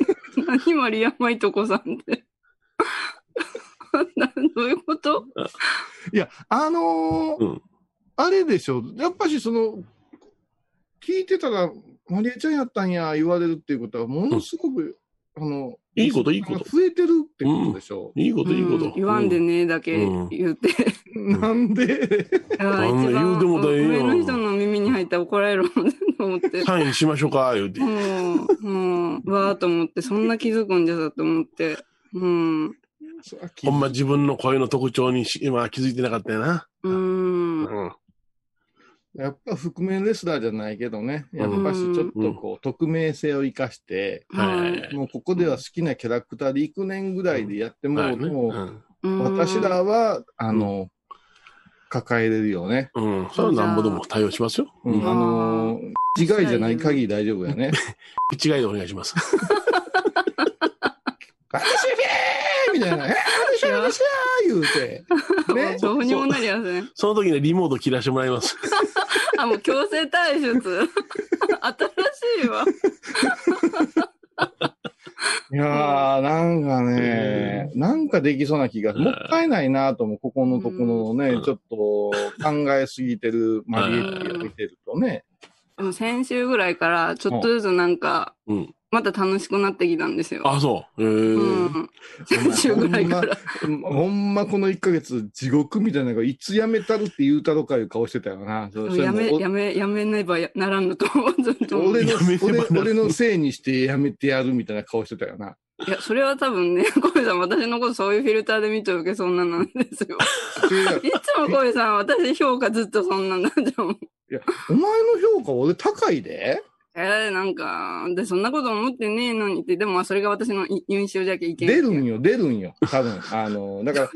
何丸山いとこさんで。 などういうこと
いや、あのー
うん
あれでしょ、やっぱしその、聞いてたら、マリエちゃんやったんや、言われるっていうことは、ものすごく、あの、
いいこといいこと
増えてるってことでしょ。
いいこと、いいこと。
うん言わんでねえだけ言って。
ん
なんで、
あー
あんな
一番
言うてもたらええやん
上の人の耳に入ったら怒られるもんねと思って。
サインしましょうか、言うて。
もう、もう、わーと思って、そんな気づくんじゃだと思って。うん。
ほんま自分の声の特徴にし今気づいてなかったよな。
うん。
うん。
やっぱ覆面レスラーじゃないけどね、やっぱしちょっとこう、匿名性を生かして、
はい。
もうここでは好きなキャラクターで幾年ぐらいでやっても
は
う、
いね
も
う
う
ん
私らは、あの、抱えれるよね。
うん。うん。それはなんぼでも対応しますよ。
うん、あのー、違いじゃない限り大丈夫やね。
一概でお願いします。
私フェーみたいな、えー、私は私は言うて。ね
。どうにもなりま せん。
その時にリモート切らしてもらいます。
あ、もう強制退出。新しいわ。
いやー、なんかね、なんかできそうな気が、もったいないなとも、ここのところの
う
ね
ん、
ちょっと考えすぎてるマリエッティを見てるとね。
でも先週ぐらいから、ちょっとずつなんか、
うん。
また楽しくなってきたんですよ。
あ、そう。えー。
うん。先週ぐらいから。
ほんま、ほんまこの1ヶ月、地獄みたいなのが、いつやめたるって言うたろかいう顔してたよな。それ
やめ、
それ
や
も
め、やめねばならんのと思う。ずっと思う
俺の
やめてばな
俺、俺のせいにしてやめてやるみたいな顔してたよな。
いや、それは多分ね、 コエさん、私のことそういうフィルターで見とるけどそんなんなんですよ。いつもコエさん、私評価ずっとそんなんなんじゃん。
お前の評価俺高いで
えー、なんか、で、そんなこと思ってねえのにって、でもまあそれが私のい印象じゃけいけん。
出るんよ、出るんよ。多分。あの、だから、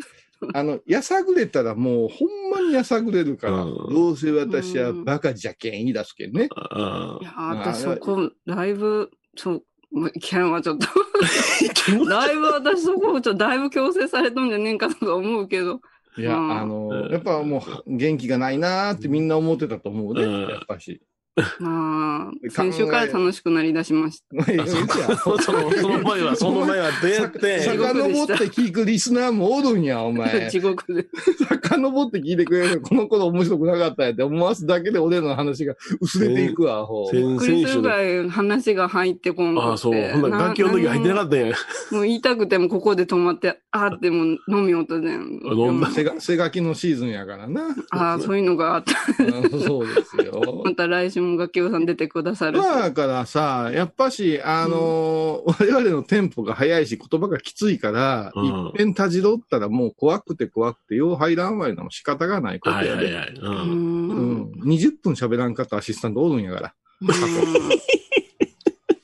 あの、やさぐれたらもうほんまにやさぐれるから、
うん
どうせ私はバカじゃけん言い出すけんね。
あ
いやー、
あ
私そこ、だいぶ、そう、もういけんわ、ちょっと。
ー
だいぶ私そこ、ちょっとだいぶ強制されとんじゃねえんかとか思うけど。
いや、
うん
あの
う、ん
やっぱもう元気がないなーってみんな思ってたと思うね、
うん
やっぱし。
まあ、
考え
先週から楽しくなりだしました。
まあ、
そう か そのその前は、その前は出やって。
さかのぼって聞くリスナーもおるんや、お前。
地獄で。
さかのぼって聞いてくれるこの頃面白くなかったんやって思わすだけで俺らの話が薄れていくわ、アホ。
先
クリ
々
ス
週
ぐ
の。
らい話が入ってこん
あ
く
あ、
て
そう。ほんなら楽器の時入ってなかったんや。
もう言いたくてもここで止まって、あーってもう飲みよったでん。
あ飲んだ
せが、せがきのシーズンやからな。
ああ、そういうのがあった。
うんそうですよ
ま。た来週も楽器屋さん出てくださるし。
まあ、だからさ、やっぱし、あのー我々のテンポが早いし、言葉がきついから、
うん
一遍立ち取ったらもう怖くて怖くて、よう入らんわいなも仕方がないこと
はい
や
はい
で。
はい。う
うん。
うんん。20分喋らんかったアシスタントおるんやから。
うん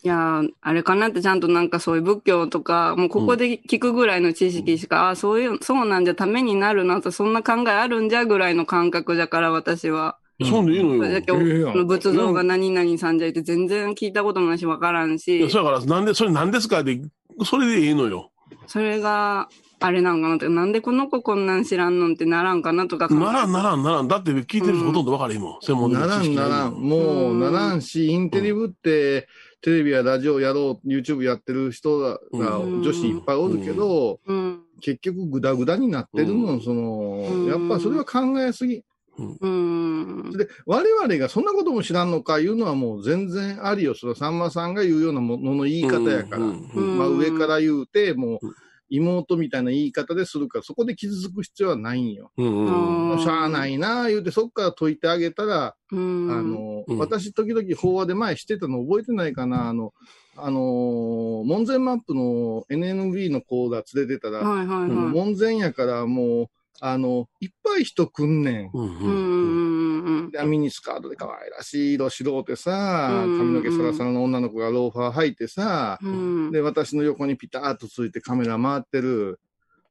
いやー、あれかなってちゃんとなんかそういう仏教とか、もうここで聞くぐらいの知識しか、ああ、そういう、そうなんじゃためになるなと、そんな考えあるんじゃぐらいの感覚じゃから私は。
そんでいいの
そ
よ。
れだけ
え
お
えやん
その仏像が何々さんじゃいって全然聞いたこともないしわからん
い
し
や、そやから、なんで、それなんですかで、それでいいのよ。
それがあれなんかなって、なんでこの子こんなん知らんのんってならんかなとか考え。
ならん、ならん、ならん。だって聞いてる人ほとんど分からへんもん。専門的
な
知
らん
識
ならん。もう
うん
ならんし、インテリブって、テレビやラジオやろう、YouTube やってる人が、
うん
女子いっぱいおるけど、
うん。
結局グダグダになってるの、
うん
その
ん、
やっぱそれは考えすぎ。
うん。
で、我々がそんなことも知らんのかいうのはもう全然ありよ。それはさんまさんが言うようなものの言い方やから。
うん
うん
まあ上から言うて、も
う
う妹みたいな言い方でするから、そこで傷つく必要はないんよ。
うんうん
うん
しゃあないなあ言うて、そっから解いてあげたら、
うん。
あの、
うん
私時々法話で前してたの覚えてないかな、あの、あのー門前マップの NNB のコーダ連れてたら、
はいはいはい。
うん
門前やからもう、あの、いっぱい人来んねん。
う
う
んんうん
でミニスカートで可愛らしい色白うてさ、
うん
髪の毛サラサラの女の子がローファー履いてさ、
うん。
で、私の横にピターっとついてカメラ回ってる。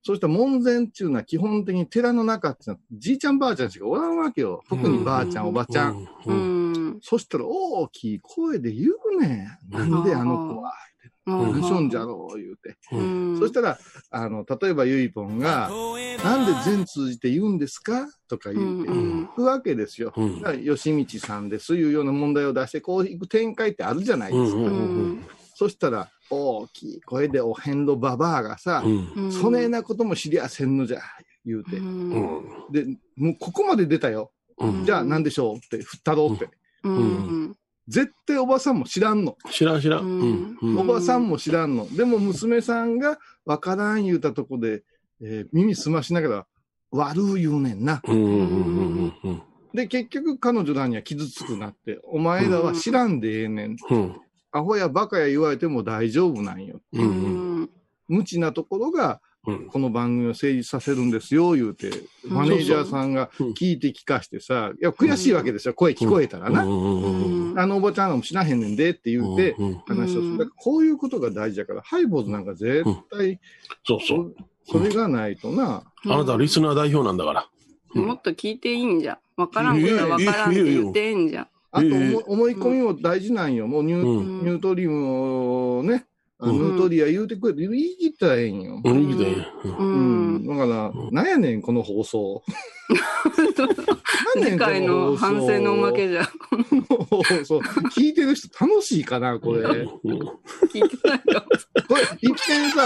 そうした門前っていうのは基本的に寺の中っていうのはじいちゃんばあちゃんしかおらんわけよ。特にばあちゃん、
うん
おばちゃん。
う
うんん。
そしたら大きい声で言うねん。なんであの子は。
うん。
何しょんじゃろう言うて。
うん。
そしたら、あの、例えばゆいぽんが、なんで全通じて言うんですかとか言うて、
うんうん
行くわけですよ。
うん
だから吉道さんですいうような問題を出して、こう行く展開ってあるじゃないですか。
うん
うん
そしたら、大きい声でお遍路ババアがさ、
うん
うん。
そねえなことも知りゃせんのじゃ、言うて
う。。
うんん
で、もうここまで出たよ。
うん
じゃあ何でしょうって、振ったろうって。
うん。
絶対おばさんも知らんの。
知らん知らん。う
うんん
うん
おばさんも知らんの。でも娘さんがわからん言うたとこで、えー耳すましながら、悪う言うねんな。
うんうんうんうん
で、結局彼女らには傷つくなって、お前らは知らんでええねん。
うん
アホやバカや言われても大丈夫なんよ。
うんうん
無知なところが、
うん
この番組を成立させるんですよ、言うて、
うん
マネージャーさんが
うん
聞いて聞かしてさ、いや、悔しいわけですよ、声聞こえたらな。
うん
あのおばちゃんらも知らへんねんでって言うて、
うん
話をす
う
る。
ん
だからこういうことが大事だから、ハイボーズなんか絶対、
そうそう。
それがないとな。
あなたはリスナー代表なんだから。
もっと聞いていいんじゃ。わからんことはわからんって言ってええんじゃ。
あと思い、
ええ
思い込みも大事なんよ。もうニュ,、
う
うん
ニュートリウムをね、あ
うん
ニュートリア言うてくれって言い切ったらええんよ。
うん、いいで。うん
う
うん。
だから、なんやねん、この放送。なんやね
次
んこ
回の
放送
反省のおまけじゃ。
そう、聞いてる人楽しいかな、これ。これ、
聞いてないかも。
一遍さ、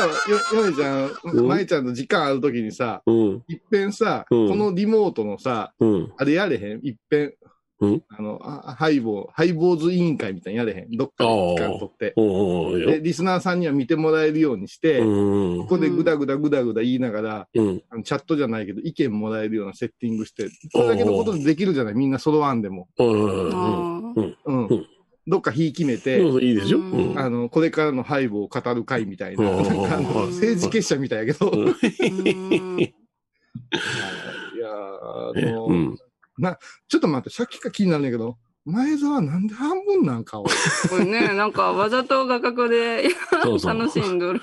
よ、よねちゃ
うん
ん、まえちゃんの時間あるときにさ、
うん
一遍さ、
うん
このリモートのさ、
うん
あれやれへん一遍。
うん
あのあ、ハイボー、ハイボーズ委員会みたいにやれへんどっかの時間取って。
おうおうよ
で、リスナーさんには見てもらえるようにして、
うんうん
ここでぐだぐだぐだぐだ言いながら、
うん
あのチャットじゃないけど、意見もらえるようなセッティングして、それだけのことでできるじゃないみんな揃わんでも。
うん
あ
うん。
うん
どっか火決めて、
うんいいでしょうん
あの、これからの敗部を語る会みたいな、
うん
なんかあの
うん
政治結社みたいやけど、
うん
い
ー
やーあの、
うん
ちょっと待って、さっきから気になるんだけど、前澤なんで半分なんかを。
これね、なんかわざと画角で
そうそう
楽しんどる。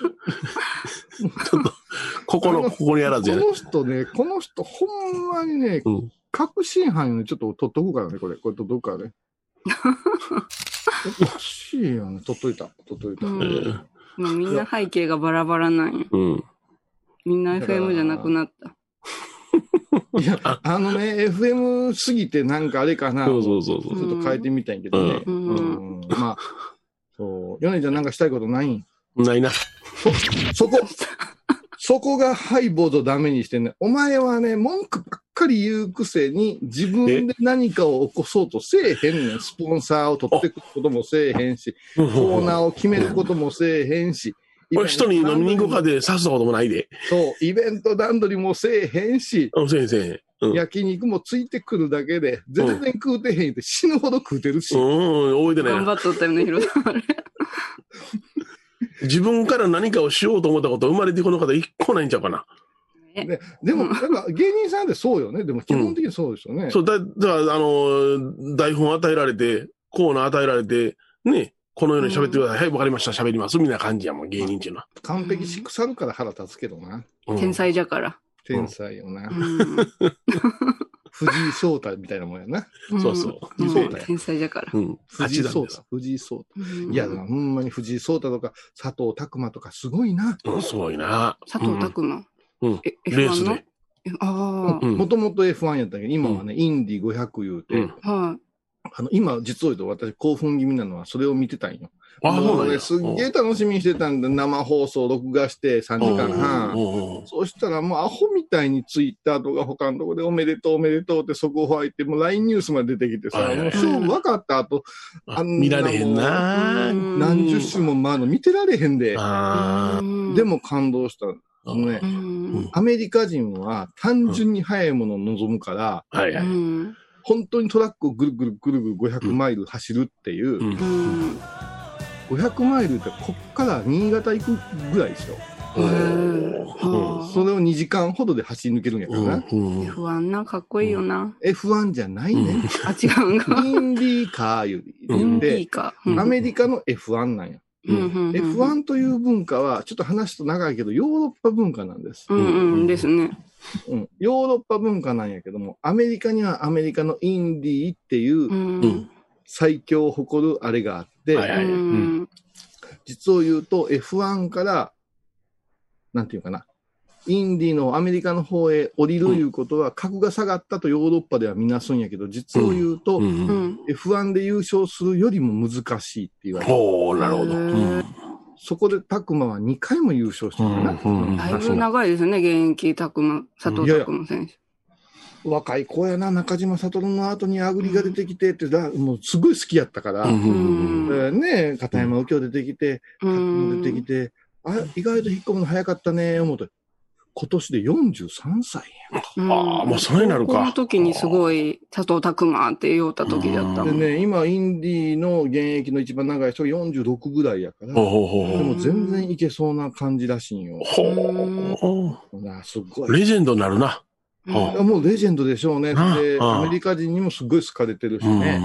ここのここにやらずや
こ
ね
の人ね、この人ほんまにね、
うん
確信犯よね、ちょっと取っとくからね、これ。これ取っ とくからね。おかしいよね。取っといた。取っといた。
う
え
ん
え
もうみんな背景がバラバラなんや。
うん
みんな FM じゃなくなった。
いや、あのね、FM すぎてなんかあれかな。
そうそうそうそ
ちょっと変えてみたいけどね。
うん
うんまあ、そう。ヨネちゃんなんかしたいことないん
うないな
そこ、そこがハイボードダメにしてんね。お前はね、文句ばっかり言うくせに、自分で何かを起こそうとせえへんねん。スポンサーを取ってくることもせえへんし、
コ
コーナーを決めることもせえへんし。
俺一人に飲みに行こうかで刺したこともないで。
そう、イベント段取りもせえへんし、
うん先生。うん
焼肉もついてくるだけで、全然食うてへんって死ぬほど食うてるし。
うん、覚えてな
頑
い
張
な。
っとったよね、ヒロさん。あれ
自分から何かをしようと思ったこと生まれてこの方一個ないんちゃうかな。
でも、やっぱ芸人さんってそうよね。でも基本的にそうですよね。
そう、だ、だからあのー、台本与えられて、コーナー与えられて、ね、このように喋ってください。はい、わかりました。喋ります。みたいな感じやもん、芸人っていうのは。
完璧し腐るから腹立つけどな。
うん
天才じゃから。
天才よな
う。ん
藤井聡太みたいなもんやな。
そうそ
うんそうだよ
天才じゃから。
うん。
藤 井
八段
聡
です
太。。藤井聡
うん
太。いや、ほんまに藤井聡太とか佐藤拓磨とかすごいな。
うん、すごいな。
佐藤拓磨。
うん
え
うんレー
F1
ス
の
で。
えあ
うん
もともと F1 やったけど、今はね、インディ500言うて、
うん
あ。はい。
あの、今、実を言うと私興奮気味なのはそれを見てたんよ。
あ、そう
も
なん
ね
や。
すっげえ楽しみにしてたんで、生放送録画して3時間半。
半。
そしたらもうアホみたいにツイッターとか他のとこでおめでとうおめでとうって速報入って、もう LINE ニュースまで出てきてさ、
はいはい
もう勝負分かった後、
あ見られへんな。
うん
何十種も前の見てられへんで、
あ
うん
で、も感動した。
あ。
ね
う、
うん
ん。
アメリカ人は単純に速いものを望むから、
はいはい。
うん
本当にトラックをぐるぐるぐるぐる500マイル走るっていう、
うん
うん
500マイルってこっから新潟行くぐらいですよ。
へ
うん
ー
それを2時間ほどで走り抜けるんやからな。
うんうん。
不安な、かっこいいよな。
F1 じゃないね。
あ、違うんか。
インディーカーより。
うん
い
で
い、か。
アメリカの F1 なんや。
うん
うん
F1 という文化は、ちょっと話と長いけど、ヨーロッパ文化なんです。
うんうんですね。。
うんヨーロッパ文化なんやけども、アメリカにはアメリカのインディーっていううん最強を誇るあれがあって、
はいはい
うん
実を言うと F1 から、なんていうかな、インディーのアメリカの方へ降りるいうことは、格が下がったとヨーロッパではみなすんやけど、実を言う
う
と、
ん
う
うん。
ん
F1 で優勝するよりも難しいって言われて、
ほう、なるほど。うん
そこで拓磨は2回も優勝してるんだな。
うんうん
だいぶ長いですね、現役拓磨、佐藤拓磨選手。
若い子やな、中島悟の後にアグリが出てきてって、だもうすごい好きやったから、
うんうん
えーねえ、片山右京出てきて、
う
拓磨
ん
出てきて、あ、意外と引っ込むの早かったね、思って。今年で43歳
うんああ、もうそれになる
こ
か
の。時にすごい佐藤拓磨って言おうた時だった
で
もん。
ね、今、インディーの現役の一番長い人が46ぐらいやから、
ほう
で
ほうほうほう
も全然いけそうな感じらしいんよ。
ほ
なあすっご
う。
い。
レジェンドになるな。
あもうレジェンドでしょうね。
あ
で、
あ
アメリカ人にもすごい好かれてるし
うん
ね。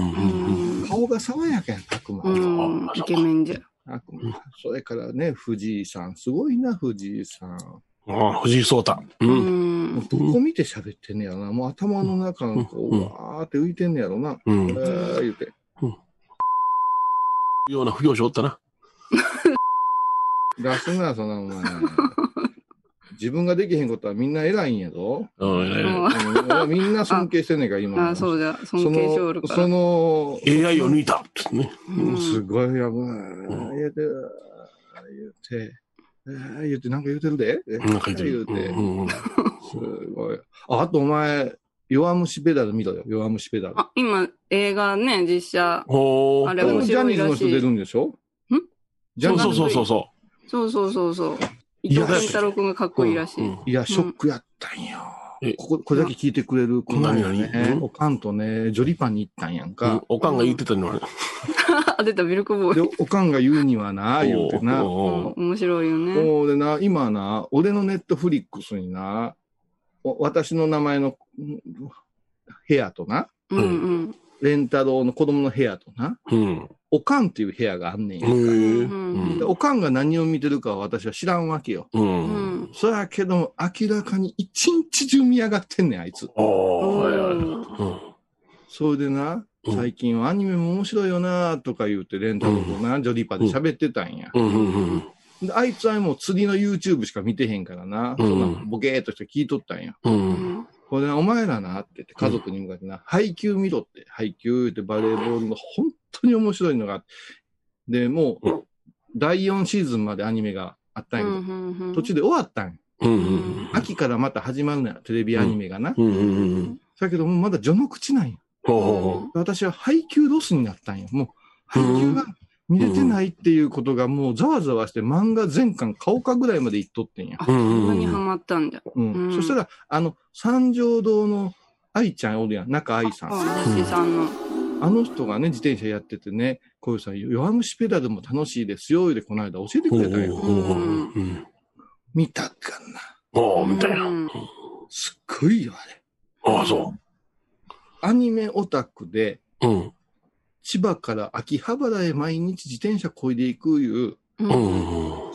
うん
顔が爽やかやん、たくま。
うん、イケメンじゃ。
たくまそれからね、藤井さん。すごいな、藤井さん。
うんああ、藤井聡太。う。
うん。
もうんどこ見て喋ってんねやろな。もう頭の中がこ
う
う、
ん
うわーって浮いてんねやろな。
うん。
えー、言うて。
ような不行者おったな。
出すな、そんなお前。 自分ができへんことはみんな偉いんやぞ。
うん偉い偉い
うんみんな尊敬してんねんから、今の。
あそうじゃ、
そ
尊敬しおる
の、
か
そ
ら。
の、
AI を抜いたつってね。
うん
すごい危ない。
ん
言うて、言うて、えー言うて、なんか言うてるで。えー
なんか言ってる。
言うて
うんうん
すごい。あ、あとお前、弱虫ペダル見ろよ、弱虫ペダル。
あ、今、映画ね、実写。
ほう。
あれ
これも
面
ジャ
白
ニー
い
ズの
らし
人出る
い。
んでしょ
ん
ジャ
そう
ニー
そ
ズ
うそうそうそう。
そうそうそうそう。
い
伊
や
藤健太郎くんがかっこいいらし
う
い
ん。
いや、ショックやったんよ。
え
ここ、これだけ聞いてくれる、この前
何
ね
何、
おかんとね、ジョリパンに行ったんやん
うん
か。
おかんが言ってたのは。
あ、出た、ミルクボーイ
で、。おかんが言うにはな、言うてな。
おうおうおう
面白いよね。
もうでな、今な、俺のネットフリックスにな、お私の名前のうん部屋とな、
うんうん。
レンタロウの子供の部屋とな、
うん。
おかんっていう部屋があんねん
へ
や。
え。
う
で
ん
おかんが何を見てるかは私は知らんわけよ。
う。
うんん。
そやけども、明らかに一日中見上がってんねん、あいつ。
ああ、
お
はいはい。
ー
うん
それでな、
うん
最近はアニメも面白いよなとか言うて、レンタルとな、ジョリパで喋ってたんや。
うんうんうん
であいつはもう釣りの YouTube しか見てへんからな、
うん
そんなボケーっとして聞いとったんや。
う。
うんん
これなお前らなって言って、家族に向かってな、配給見ろって、配給言うてバレーボールの本当に面白いのがあって、で、も
う
う、第4シーズンまでアニメがあったんやけど、途中で終わったんや。
うんうん
秋からまた始まるのや、テレビアニメがな。
うんうんうんうん。
だけどもうまだ序の口なんや。
ほうほうほ
私は配給ロスになったんや。もう、配給が見れてないっていうことがもうざわざわして漫画全巻買おうかぐらいまで行っとってんや。
あ、そんなにハマったんじゃ。
うん。
うん
そしたら、あの、三条堂の愛ちゃんおるやん。中愛さん。あ
あ、西さんの。
の人がね、自転車やっててね、こういうさ、弱虫ペダルも楽しいですよ、でこの間教えて
う。
くれたんや。
ほうほうほううん。
見たかな。
おおみたいな。
うん
すっごいよ、あれ。
ああ、そ
アニメオタクで、
う。うん。
千葉から秋葉原へ毎日自転車こいでいくいう、
う。
うんん。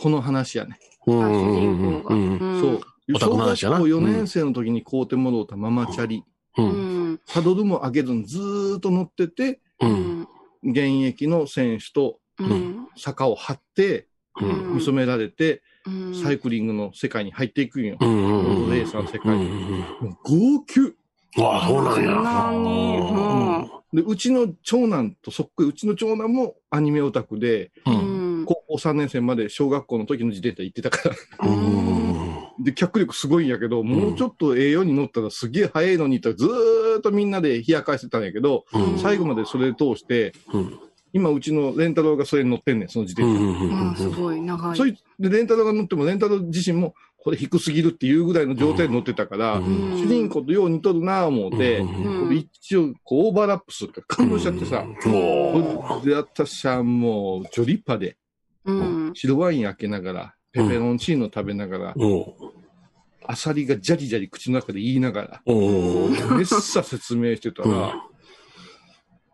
この話やね。
うん。う
あ主
ん
人。公
う
が。
ん。
そう。
オタク
小
の
学
話
校
やな
4年生の時に買うてもろうたママチャリ。
う。
うんん。
サドルも上げずにずーっと乗ってて、
う。
うんん。
現役の選手と
うん。
坂を張って、
うん。
見初められて、
うん。
サイクリングの世界に入っていくんよ。
うん。
レーサーの世
う
界に。
ん。
もう号泣。
ああ、そうなんや。
そんなにうん
で、うちの長男とそっくり、うちの長男もアニメオタクで、
う
う。
んん。
高校3年生まで小学校の時の自転車行ってたから。
うん。
で、脚力すごいんやけど、もうちょっと A4 に乗ったらすげえ速いのにとずーっとみんなで冷やかしてたんやけど、
うん。
最後までそれ通して、
うん
今うちのレンタローがそれに乗ってんねん、その自
う
転車。
ん。う
あす
ん。
ごい、長い。
そいで、レンタローが乗っても、レンタロー自身も、これ低すぎるっていうぐらいの状態で乗ってたから、
うん
主人公とよう似とるなぁ思うて、
うん
これ一応こうオーバーラップするから、感動しちゃってさ、これで私はもう、ジョリッパで、
うん。
白ワイン開けながら、ペペロンチーノ食べながら、アサリがジャリジャリ口の中で言いながら、めっさ説明してたら、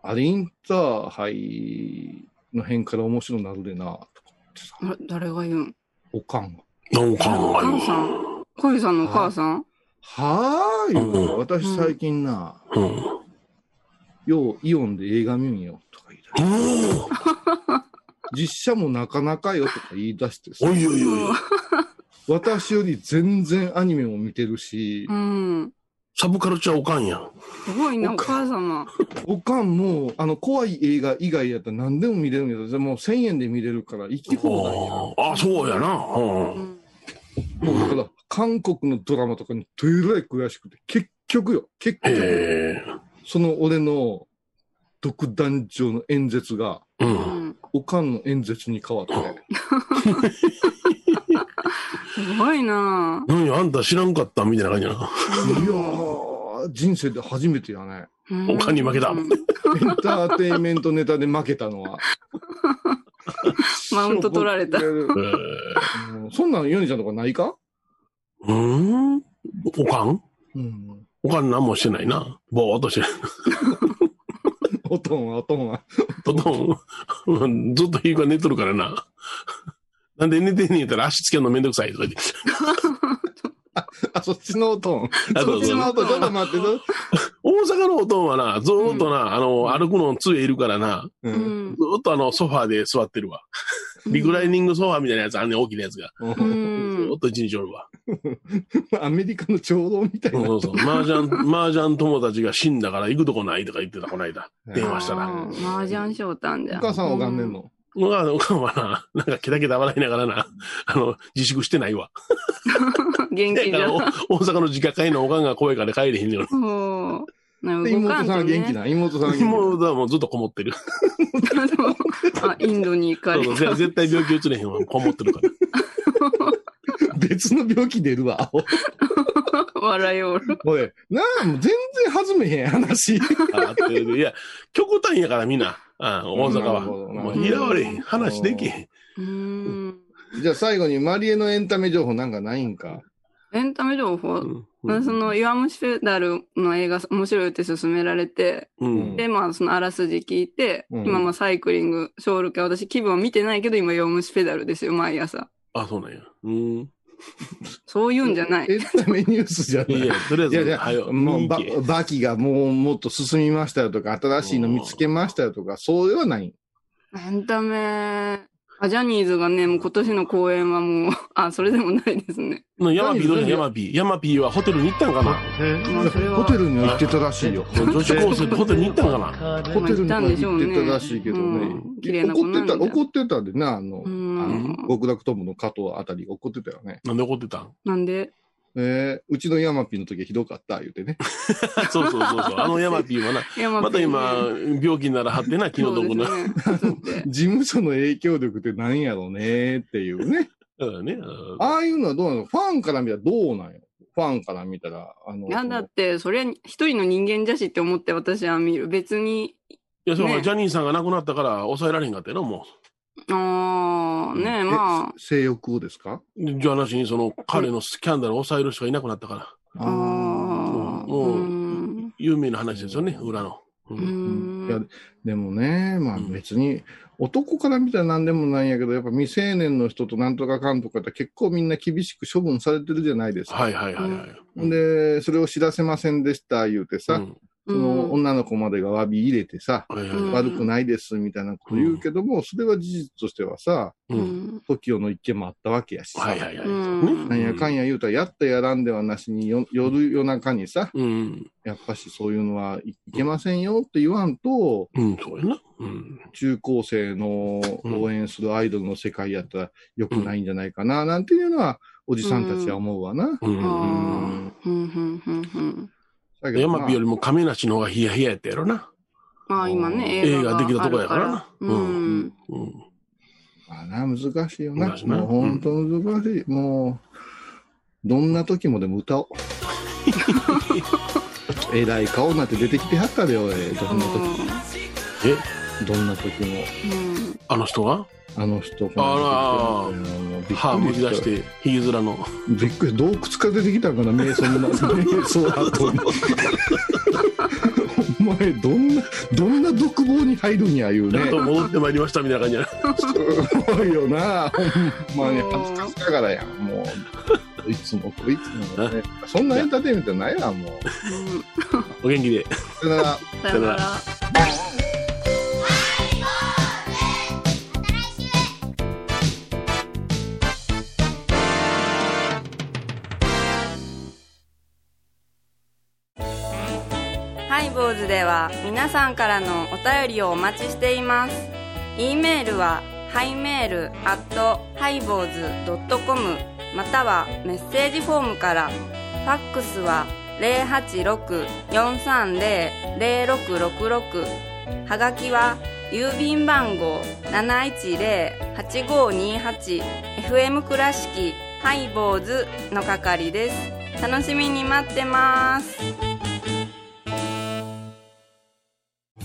あれインターハイの辺から面白なるでなぁとかってさ、
あれ誰が言うん
おかんが。
母さん小遊さんのお母さん
はーい、
うん
私最近な、ようイオンで映画見んよとか言い出して、実写もなかなかよとか言い出してさ、私より全然アニメも見てるし
う、ん。
サブカルチャーおかんや。
すごいな、お母様。
おかんも、あの、怖い映画以外やったら何でも見れるんやけど、もう1000円で見れるから行き放題や
あ
ん。
あ、そうやな。
うん。
もうだから、韓国のドラマとかにどれぐらい悔しくて、結局よ、結局、
へえ。
その俺の独壇場の演説が、
う。
うんん
おかんの演説に変わって、
すごいな
何あんた知らんかったみたいな感じやな。
いやー、人生で初めてやね。
うん
お金に負けた
うん
エンターテインメントネタで負けたのは。
マウント取られ た
うん
う
そんなん、ヨネちゃんとかないか
ん。おかん
うん。
おかん何もしてないな。ぼーっとしてる。
おとんは、おとんは。
ととん。 ずっとひが寝とるからな。なんで寝てんねん言ったら足つけるのめんどくさいとか言って。
あ、そっちのおとん。
あ
そっちのおとん、ちょっと待ってどう。
大阪のおとんはな、ずーっとな、あの、歩くの杖いるからな、
う
う。
ん
ず
ん
ーっとあの、ソファーで座ってるわ。リクライニングソファーみたいなやつ、あんねん大きなやつが。
う
うん
ず
ん
ーっと一日おるわ。
アメリカの長老みたい
そう
な。
そうそう。麻雀、麻雀友達が死んだから行くとこないとか言ってた、こないだ。電話したら。
あー麻雀翔太んじ
お
ゃん。
母さんは拝んでんの、
お母さん、お母さんは な、なんかケタケタ笑いながらな、あの、自粛してないわ。
うん元
だ
気
か
だ
ら、お
ゃ
大阪の実家帰るのおかんが声から帰れへんよう
そう。なん
で
か動
妹
かん
さん
と
は元気
ね。
な妹さんは
に。も
元
う、だからもうずっとこもってる。
あ、インドに行か
そう
れ
そう
た。
ぜ絶対病気移れへんわ。こもってるから。
気別の病気出 るわ。
笑いおる。
おい、なあ、もう全然弾めへん話。
あっていや、極端やからみんな、あ大阪は。
なるほどな
もう、いらわれへん。話できへん。
うん。
じゃあ最後にマリエのエンタメ情報なんかないんか。
エンタメ情報
う
まあ
ん
その、弱虫ペダルの映画面白いって勧められて、
うん。
で、まあそのあらすじ聞いて、
うん
今まあサイクリング、小6回、私気分は見てないけど、今弱虫ペダルですよ、毎朝。
あ、そうなんや。うん。
そういうんじゃない。
エンタメニュースじゃ
い
ない。
や、とりあえ
いやい
ず、
や
はよ、
もう
見
バ
に行け
バキがもうもっと進みましたよとか、新しいの見つけましたよとか、そうではない。
エンタメ、あ、ジャニーズがね、もう今年の公演はもう、 あ、それでもないですね。
の山 P どうした
何
山 P。山 P はホテルに行ったんかな
まあそれは
ホテルには行ってたらしいよ。
女子高生ってホテルに行ったんかな
ホテルには行ってたらしいけど
う
ね。
ん綺麗な子
怒
な
っ
ん
てた、
だ。
怒ってたでな、あの、あ
うん
の極楽トムの加藤あたり怒ってたよね。
なんで怒ってたん
なんで
えー、うちのヤマピーの時はひどかった、言うてね。
そうそうそうそう。あの山 P はな、
いや、ま
また今、病気にならはってな、気の毒な。
そうですね。
事務所の影響力って何やろうねってい うね。
うんね。うん
ああいうのはどうなのファンから見たらどうなんよファンから見たら、あの、
なんだって、そりゃ一人の人間じゃしって思って私は見る。別に、
いや、そうか、
ね
ジャニーさんが亡くなったから抑えられへんかったよな、も
あー、ねえ、まあ。
性欲をですか
う。じゃあなしに、その、彼のスキャンダルを抑える人がいなくなったから。
あー
もう
うん
有名な話ですよね、裏の。う
うんん
いやでもね、まあ別に、男から見たら何でもないんやけど、やっぱ未成年の人となんとかかんとかって結構みんな厳しく処分されてるじゃないですか。
はいはいはいはい。うん、
で、それを知らせませんでした言うてさ、
うん
その女の子までが詫び入れてさ、
はいはい
うん
悪くないですみたいなこと言うけども、それは事実としてはさ、
うん
TOKIO の一件もあったわけやしさ、
はいはいはい。
うん
なんやかんや言うたら、やったやらんではなしによ、夜夜中にさ、
うん。
やっぱしそういうのはいいけませんよって言わんと、
うん、そうやな。うん。
中高生の応援するアイドルの世界やったら良くないんじゃないかな、なんていうのは、おじさんたちは思うわな。
うん。
あーうんうんうんうん
だけど
山
まあ
火よりも亀梨の方がヒヤヒヤやったやろな。
まあ今ね、
映画できたとこやからな。
う
うん。
ん。
うん。
まあな、難しいよな。
難しいな
もう本当難しい。もう、どんな時もで も歌おう。えらい顔になって出てきてはったで、俺。どんな時
え、
どんな時も。
うん
あの人は
あの人
あら
もうびっ
歯む
くり
き出
し。
したて、ひげ面の。
びっくり。洞窟から出てきたんかな、瞑想 の中。瞑想の後に。 お前、どんな、どんな独房に入るんや、言うね。
やっと戻ってまいりましたみたいな感じやな。
すごいよな、ほんまに恥ずかしながらやん、もう。いつもこいつもね。そんなエンターテインメントないわ、もう。
うん
お元気で。
さよなら。
さよなら。ハイボーズでは皆さんからのお便りをお待ちしています。e メールはハイメールアットハイボーズドットコムまたはメッセージフォームから。ファックスは0 8 6 4 3 0 0 6 6 6はがきは郵便番号 710-8528FM 倉敷ハイボーズの係です。楽しみに待ってます。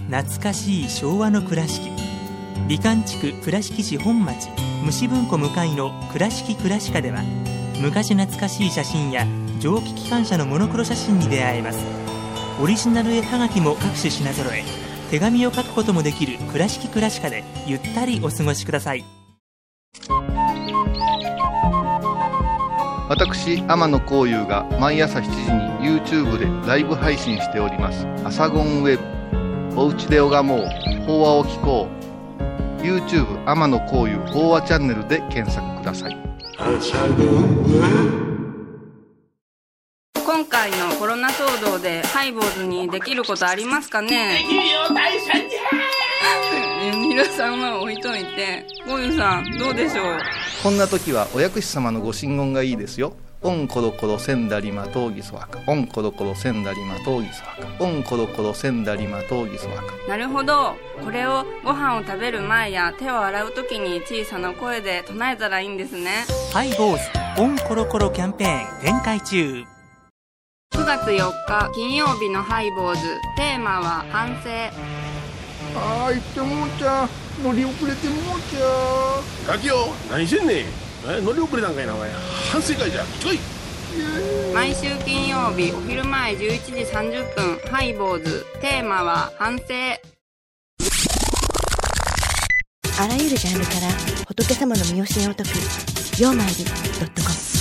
懐かしい昭和の倉敷美観地区倉敷市本町虫文庫向かいの「倉敷倉歯科」では昔懐かしい写真や蒸気機関車のモノクロ写真に出会えますオリジナル絵はがきも各種品揃え手紙を書くこともできる「倉敷倉歯科」でゆったりお過ごしください
私天野幸雄が毎朝7時に YouTube でライブ配信しております「アサゴンウェブ」「おうちで拝もう法話を聞こう」YouTube 天野幸雄法話チャンネルで検索ください
今回のコロナ騒動でハイボーズにできることありますかねできる よ大社に皆さんは置いといてゴユさんどうでしょう
こんな時はお薬師様のご神言がいいですよ。オンコロコロセンダリマトーギソワカ。オンコロコロセンダリマトーギソワカ。オンコロコロセンダリマトーギソワカ。
なるほどこれをご飯を食べる前や手を洗う時に小さな声で唱えたらいいんですね
ハイボーズオンコロコロキャンペーン展開中
9月4日金曜日のハイボーズテーマは反省
あー、行ってもうちゃ。乗り遅れてもうちゃ。
ガキよ、何してんねん。え、乗り遅れたんかいな、お前。反省会じゃ。来い。
毎週金曜日お昼前11時30分ハイボーズテーマは反省
あらゆるジャンルから仏様の身教えを解く「曜マイルドットコム」